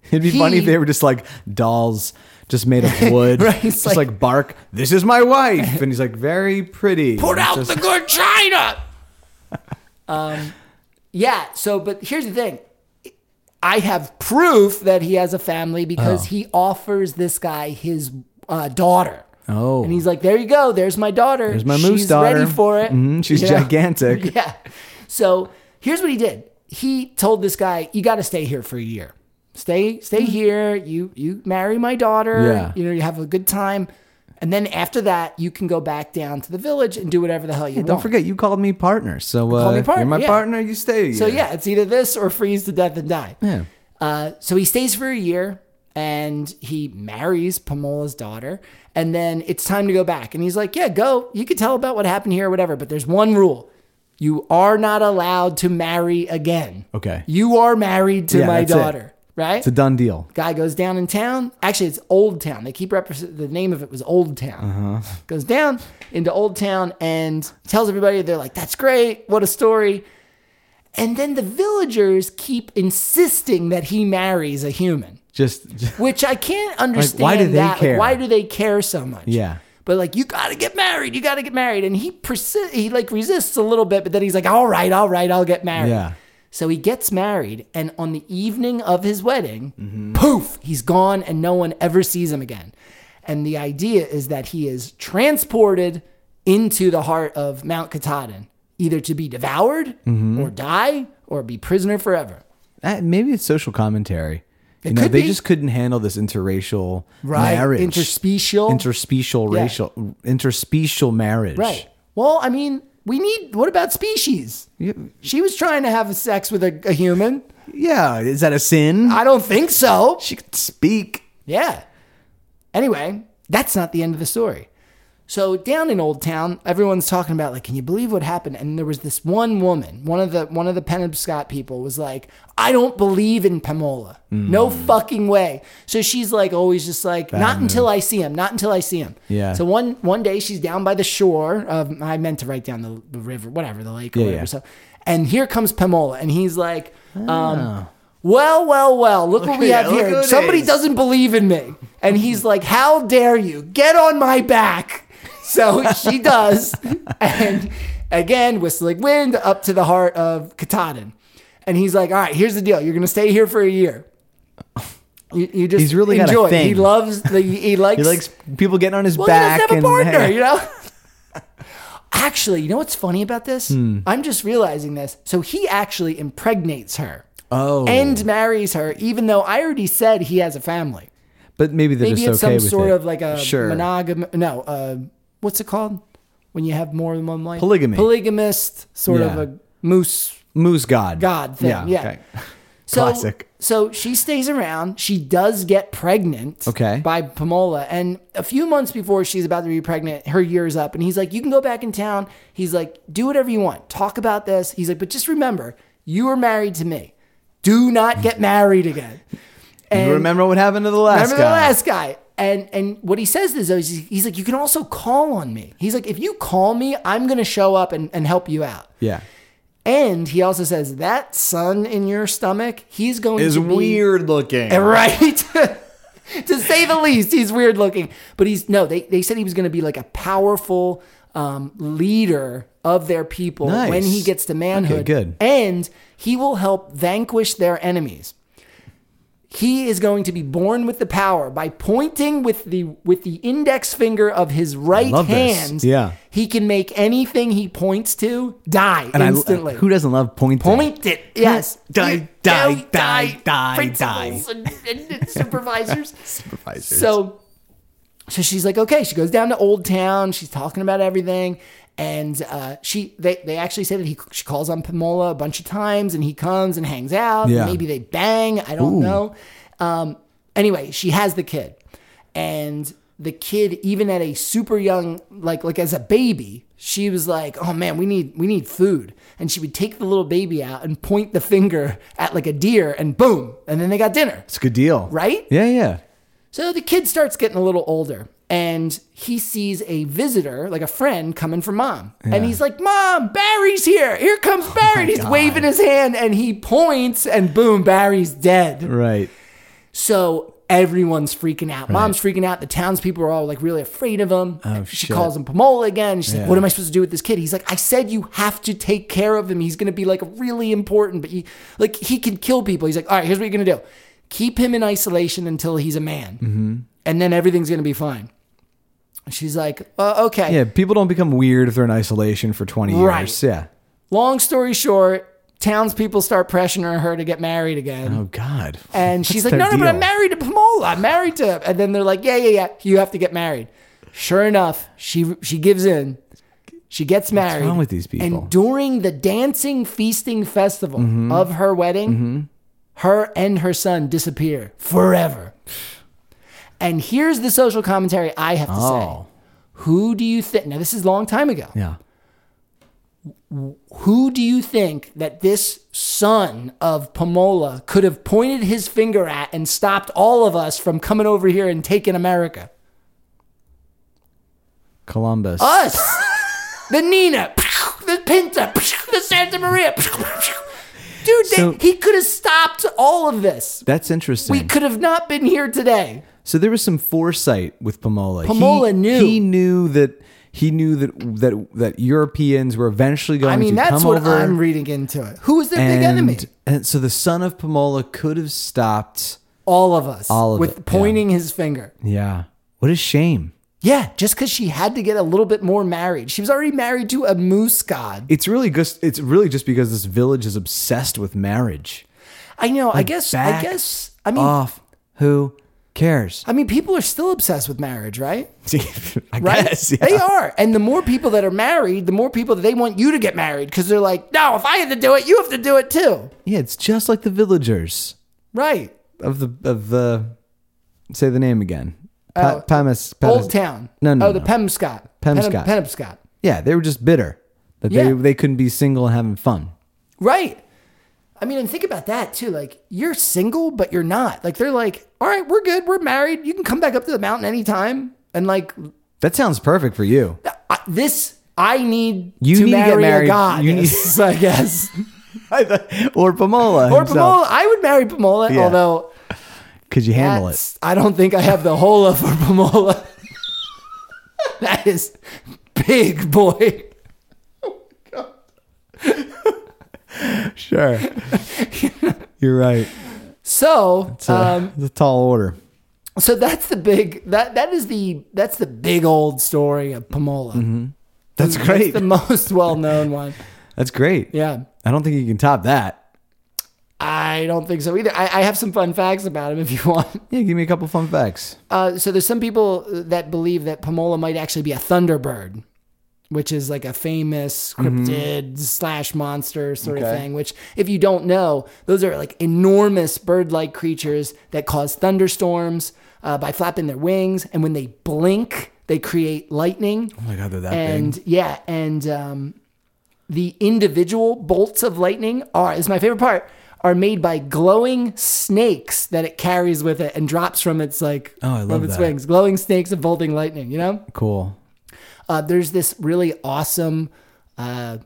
it'd be funny if
He-
they were just like dolls just made of wood.
Right, it's
Just like,
like-
bark. This is my wife. And he's like very pretty.
Put out
Just-
the good china. um, yeah. So, but here's the thing. I have proof that he has a family because he offers this guy his uh, daughter.
Oh.
And he's like, "There you go. There's my daughter.
There's my
She's
moose daughter.
ready for it.
Mhm, she's
You know?
gigantic.
Yeah. So here's what he did. He told this guy, "You got to stay here for a year. Stay, stay here. You you marry my daughter.
Hmm. Yeah.
You know, you have a good time, and then after that, you can go back down to the village and do whatever the hell you want.
Don't forget you called me partner. So uh,
me partner,
you're my
yeah.
partner, you stay.
So
here.
yeah, it's either this or freeze to death and die.
Yeah.
Uh, so he stays for a year and he marries Pomola's daughter. And then it's time to go back. And he's like, Yeah, go. You can tell about what happened here or whatever. But there's one rule you are not allowed to marry again.
Okay.
You are married to
Yeah,
my
that's it.
daughter, right?
It's a done deal.
Guy goes down in town. Actually, it's Old Town. They keep represent the name of it was Old Town.
Uh-huh.
Goes down into Old Town and tells everybody. They're like, "That's great. What a story." And then the villagers keep insisting that he marries a human,
Just,
which I can't understand.
do they
that. Like,
care?
why do they care so much?
Yeah.
But like, you gotta get married. You gotta get married. And he persi- He like resists a little bit, but then he's like, "All right, all right, I'll get married."
yeah.
So he gets married, and on the evening of his wedding, poof, he's gone, and no one ever sees him again. And the idea is that he is transported into the heart of Mount Katahdin, either to be devoured, or die, or be prisoner forever.
Uh, maybe it's social commentary. you know,
could
they
be.
just couldn't handle this interracial marriage,
Interspecial.
interspecial
Yeah.
racial, interspecial marriage.
right. Well, I mean, we need. What about species?
You-
She was trying to have sex with a, a human.
Yeah. Is that a sin?
I don't think so.
she could speak.
Yeah. Anyway, that's not the end of the story. So down in Old Town, everyone's talking about like, can you believe what happened? And there was this one woman, one of the one of the Penobscot people was like, I don't believe in Pamola.
Hmm.
No fucking way. So she's like always just like, not until I see him, not until I see him.
Yeah.
So one one day she's down by the shore of I meant to write down the, the river, whatever, the lake or
Yeah,
whatever.
yeah.
So and here comes Pamola, and he's like,
Ah.
um, well, well, well, look, what we
at-
have
look who
here.
it
Somebody
is."
doesn't believe in me. And he's like, How dare you? Get on my back. So she does. And again, whistling wind up to the heart of Katahdin. And he's like, All right, here's the deal. You're going to stay here for a year. You, you just
He's really got a
enjoy. it.
thing.
He loves the, he likes,
He likes people getting on his
well,
back.
he doesn't have a
and-
partner, you know? actually, you know what's funny about this?
Hmm.
I'm just realizing this. So he actually impregnates her
Oh,
and marries her, even though I already said he has a family.
but maybe they're
Maybe
just
it's
okay
some
with
sort
it.
of like a
sure.
monogam. No, uh, what's it called when you have more than one wife?
Polygamy.
Polygamist, sort
Yeah.
of a moose
Moose God.
god thing. Yeah.
okay.
So,
Classic.
So she stays around. She does get pregnant.
Okay.
By Pomola, and a few months before she's about to be pregnant, her year's up, and he's like, "You can go back in town." He's like, "Do whatever you want. Talk about this." He's like, "But just remember, you are married to me. Do not get married again." And
You remember what happened to the last
remember
guy?
the last guy. And and what he says is though, he's, he's like, "You can also call on me." He's like, "If you call me, I'm gonna show up and, and help you out."
Yeah.
And he also says that sun in your stomach, he's going to be
looking.
right? to say the least, he's weird looking. But he's no, they, they said he was going to be like a powerful um, leader of their people
Nice.
when he gets to manhood.
Okay, good.
And he will help vanquish their enemies. He is going to be born with the power by pointing with the with the index finger of his right
love this.
hand.
Yeah.
He can make anything he points to die
And I, uh,
instantly.
who doesn't love pointing?
Point it. Yes.
Die,
You-
die,
you-
die, die,
principals And, and supervisors.
Supervisors.
so, so she's like, okay. She goes down to Old Town. She's talking about everything, and uh, she they they actually say that he she calls on Pomola a bunch of times, and he comes and hangs out.
Yeah.
Maybe they bang. I don't know. Um, anyway, she has the kid, and the kid, even at a super young, like like as a baby, she was like, "Oh man, we need we need food," and she would take the little baby out and point the finger at like a deer, and boom, and then they got dinner,
It's a good deal.
right?
Yeah, yeah.
So the kid starts getting a little older and he sees a visitor, like a friend, coming from mom. And he's like, Mom, Barry's here. Here comes Barry. And he's waving his hand and he points and boom, Barry's dead.
Right.
So everyone's freaking out. Mom's freaking out. The townspeople are all like really afraid of him.
Oh,
she
shit.
calls him Pomola again. She's
Yeah.
like, What am I supposed to do with this kid? He's like, I said you have to take care of him. He's gonna be like really important, but he like he can kill people. He's like, All right, here's what you're gonna do. Keep him in isolation until he's a man
Mm-hmm.
and then everything's gonna be fine. And she's like, uh, okay.
Yeah, people don't become weird if they're in isolation for 20
Right.
years. Yeah.
Long story short, townspeople start pressuring her to get married again.
Oh, God.
and she's like,
their
no, no, but I'm
deal."
married to Pomola. I'm married to him. And then they're like, yeah, yeah, yeah. You have to get married. Sure enough, she she gives in. She gets married.
wrong with these people? Mm-hmm.
And during the dancing feasting festival of her wedding, her and her son disappear forever. And here's the social commentary I have to
Oh.
say. Who do you think? Now, this is a long time ago.
Yeah.
Who do you think that this son of Pomola could have pointed his finger at and stopped all of us from coming over here and taking America?
Columbus.
Us! the Nina, the Pinta, the Santa Maria. Dude, they,
So-
he could have stopped all of this.
That's interesting.
We could have not been here today.
So there was some foresight with Pomola.
Pomola
he,
knew.
he knew that he knew that that that Europeans were eventually going
I mean,
to
that's
come
what
over.
I'm reading into it. Who was their
and,
big enemy?
and so the son of Pomola could have stopped.
All of us.
All of
with
it,
pointing his finger.
Yeah. What a shame.
Yeah, just because she had to get a little bit more married. She was already married to a moose god.
It's really just it's really just because this village is obsessed with marriage.
I know. I guess. I
back
guess. I mean.
Off. Who cares?
I mean, people are still obsessed with marriage, right?
I
Right?
guess. Yeah.
They are. And the more people that are married, the more people that they want you to get married because they're like, no, if I had to do it, you have to do it too.
yeah, it's just like the villagers
Right.
of the of the say the name again. Pa-
Oh.
Pamas, Pamas-
Old Town.
No, no,
Oh, the
no.
Pemscott.
Penobscot.
Penobscot.
yeah, they were just bitter that they
Yeah.
they couldn't be single and having fun.
Right. I mean, and think about that too. Like, you're single, but you're not. Like, they're like, all right, we're good. We're married. You can come back up to the mountain anytime. And like,
That sounds perfect for you.
I, this, I need
You
to
need to get
marry
married.
a god.
You need-
I guess.
or Pomola.
Or Pomola. I would marry Pomola,
Yeah.
although
Could you handle it?
that's, I don't think I have the whole of for Pomola. that is big, boy.
Sure. You're right.
So,
It's a,
um,
it's a tall order.
so that's the big that that is the that's the big old story of Pomola.
Mm-hmm. That's great.
The most well known one.
That's great.
Yeah.
I don't think you can top that.
I don't think so either. I, I have some fun facts about him if you want.
Yeah, give me a couple fun facts.
Uh, so there's some people that believe that Pomola might actually be a thunderbird, which is like a famous cryptid slash monster sort of
Okay.
thing. Which, if you don't know, those are like enormous bird-like creatures that cause thunderstorms uh, by flapping their wings, and when they blink, they create lightning.
Oh my god, they're that
and yeah, and um, the individual bolts of lightning are this is my favorite part are made by glowing snakes that it carries with it and drops from its like
Oh, I
from
love
its
that.
wings. Glowing snakes of bolting lightning. You know,
Cool.
uh, there's this really awesome. Uh,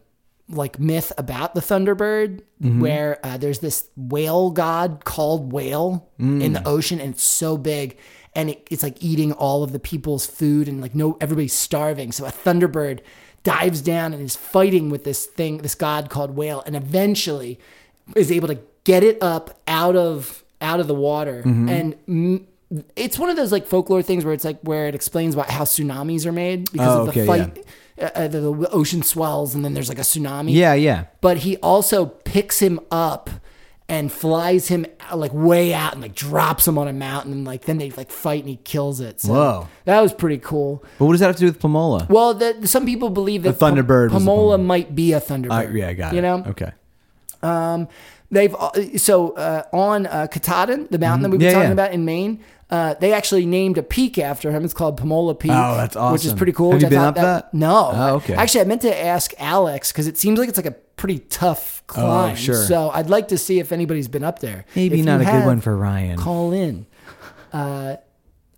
like myth about the Thunderbird,
Mm-hmm.
where uh, there's this whale god called Whale
Mm.
in the ocean, and it's so big, and it, it's like eating all of the people's food, and like no everybody's starving. So a Thunderbird dives down and is fighting with this thing, this god called Whale, and eventually is able to get it up out of out of the water
Mm-hmm.
and. M- it's one of those like folklore things where it's like where it explains about how tsunamis are made because
Oh,
of the
okay, yeah.
fight, uh, uh, the, the ocean swells and then there's like a tsunami
Yeah, yeah.
but he also picks him up and flies him out- like way out and like drops him on a mountain and like then they like fight and he kills it. So
Whoa.
that was pretty cool.
But what does that have to do with Pomola?
Well, the, some people believe that
Thunderbird was the
Pomola
Pomola.
might be a Thunderbird.
Uh, yeah, I got
you
it.
know,
Okay.
they've uh, so uh, on uh, Katahdin, the mountain that we've
Mm-hmm.
been
Yeah,
talking
yeah.
about in Maine. Uh, they actually named a peak after him. It's called Pomola Peak.
Oh, that's
Which is
awesome.
pretty cool.
Have
which
you
I
been
thought
up that?
No.
Oh, okay.
Actually, I meant to ask Alex because it seems like it's like a pretty tough climb.
Oh, sure.
So I'd like to see if anybody's been up there.
Maybe
If
not
you
a good
have,
one for Ryan.
Call in. Uh,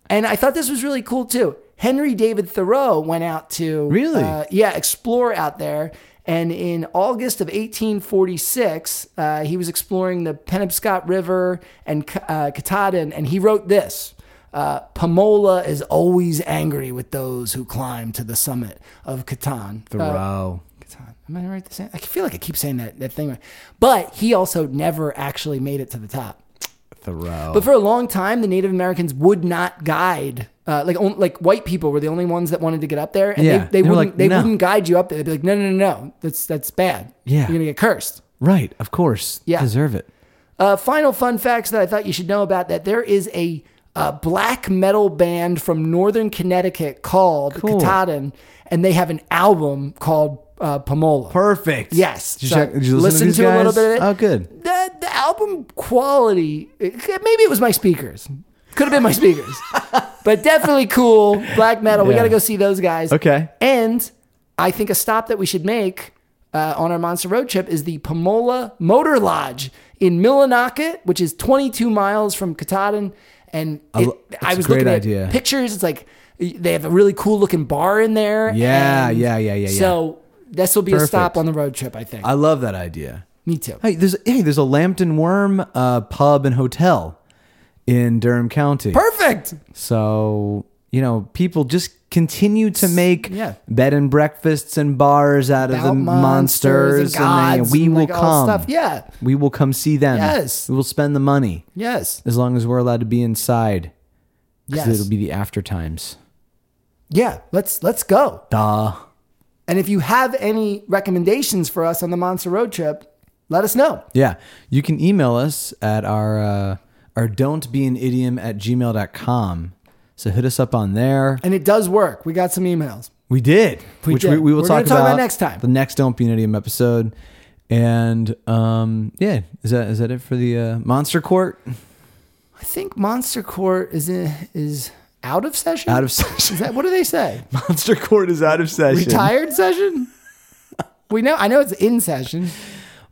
and I thought this was really cool too. Henry David Thoreau went out to
Really?
uh, yeah, explore out there. And in August of 1846, uh, he was exploring the Penobscot River and K- uh, Katahdin, and he wrote this. Uh, Pomola is always angry with those who climb to the summit of Catan. Uh,
Thoreau.
Catan. Am I right? to say- I feel like I keep saying that, that thing. right. But he also never actually made it to the top.
Thoreau.
But for a long time, the Native Americans would not guide. Uh, like on, like white people were the only ones that wanted to get up there, and
Yeah.
they, they
They were
wouldn't
like,
they
"No."
wouldn't guide you up there. They'd be like, no, no, no, no, that's that's bad.
Yeah.
you're gonna get cursed.
right, of course.
Yeah.
Deserve it.
Uh, final fun facts that I thought you should know about that there is a uh, black metal band from Northern Connecticut called
Cool.
Katahdin, and they have an album called uh, Pomola.
Perfect.
Yes.
Did you,
So
check, did you listen, to, these
listen to a little
guys?
bit of it.
Oh, good.
the the album quality it- maybe it was my speakers could have been my speakers but definitely cool black metal we
Yeah.
got to go see those guys
Okay.
and i think a stop that we should make uh, on our monster road trip is the pomola motor lodge in millinocket which is 22 miles from katahdin and
I
it,
lo- that's
i
a
was
great
looking
idea.
at pictures it's like they have a really cool looking bar in there
Yeah,
and
yeah, yeah, yeah, yeah.
so this will be a stop
Perfect.
on the road trip i think
I love that idea.
me too
Hey, there's hey, there's a Lambton Worm uh, pub and hotel in Durham County.
perfect
So, you know, people just continue to make
yeah.
bed and breakfasts and bars out of the
About
monsters,
gods
they- we will
like, all
come.
this Yeah.
We will come see them.
Yes.
We will spend the money
Yes.
as long as we're allowed to be inside. 'Cause
Yes.
it'll be the after times.
yeah. Let's let's go.
Duh.
And if you have any recommendations for us on the Monster Road trip, let us know.
Yeah. You can email us at our uh, our don't be an idiom at gmail.com. So hit us up on there.
And it does work. We got some emails.
We did,
We
which
did.
We, we will
We're
talk,
gonna talk about next time.
The next Don't Be an Idiom episode, and um, yeah, is that is that it for the uh, Monster Court?
I think Monster Court eh, is in, is Out of session?
Out of session.
Is that, what do they say?
Monster Court is out of session.
Retired session? We know. I know it's in session.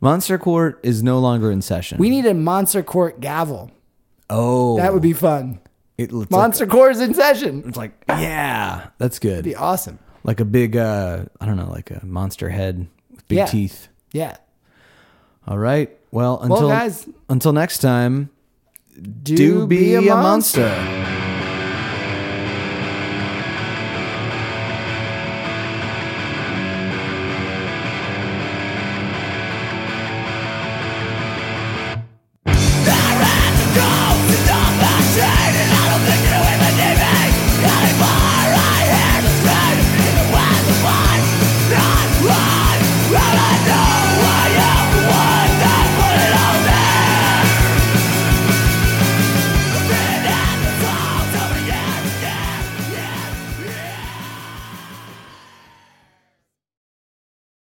Monster Court is no longer in session.
We need a Monster Court gavel.
oh,
That would be fun.
it looks
Monster Court is in session.
Like, it's like yeah, that's good.
Be awesome.
Like a big, uh, I don't know, like a monster head with big
Yeah.
teeth.
Yeah.
All right. Well, until
guys-
until next time,
Do,
do be, a monster.